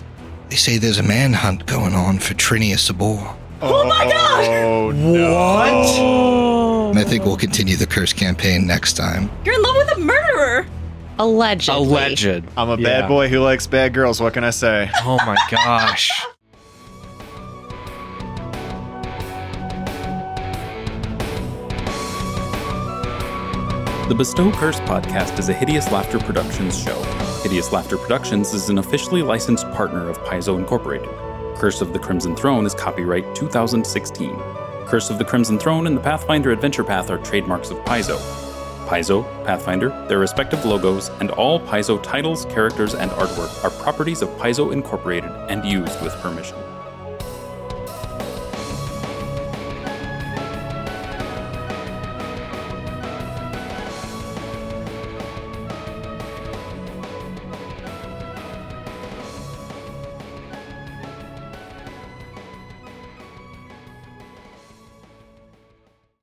H: They say there's a manhunt going on for Trinia Sabor.
C: Oh my god! Oh
B: And I think we'll continue the curse campaign next time.
F: You're in love with a murderer!
E: Allegedly.
D: A legend.
C: I'm a
D: Yeah.
C: bad boy who likes bad girls. What can I say?
D: Oh my gosh.
A: The Bestow Curse podcast is a Hideous Laughter Productions show. Hideous Laughter Productions is an officially licensed partner of Paizo Incorporated. Curse of the Crimson Throne is copyright 2016. Curse of the Crimson Throne and the Pathfinder Adventure Path are trademarks of Paizo. Paizo, Pathfinder, their respective logos, and all Paizo titles, characters, and artwork are properties of Paizo Incorporated and used with permission.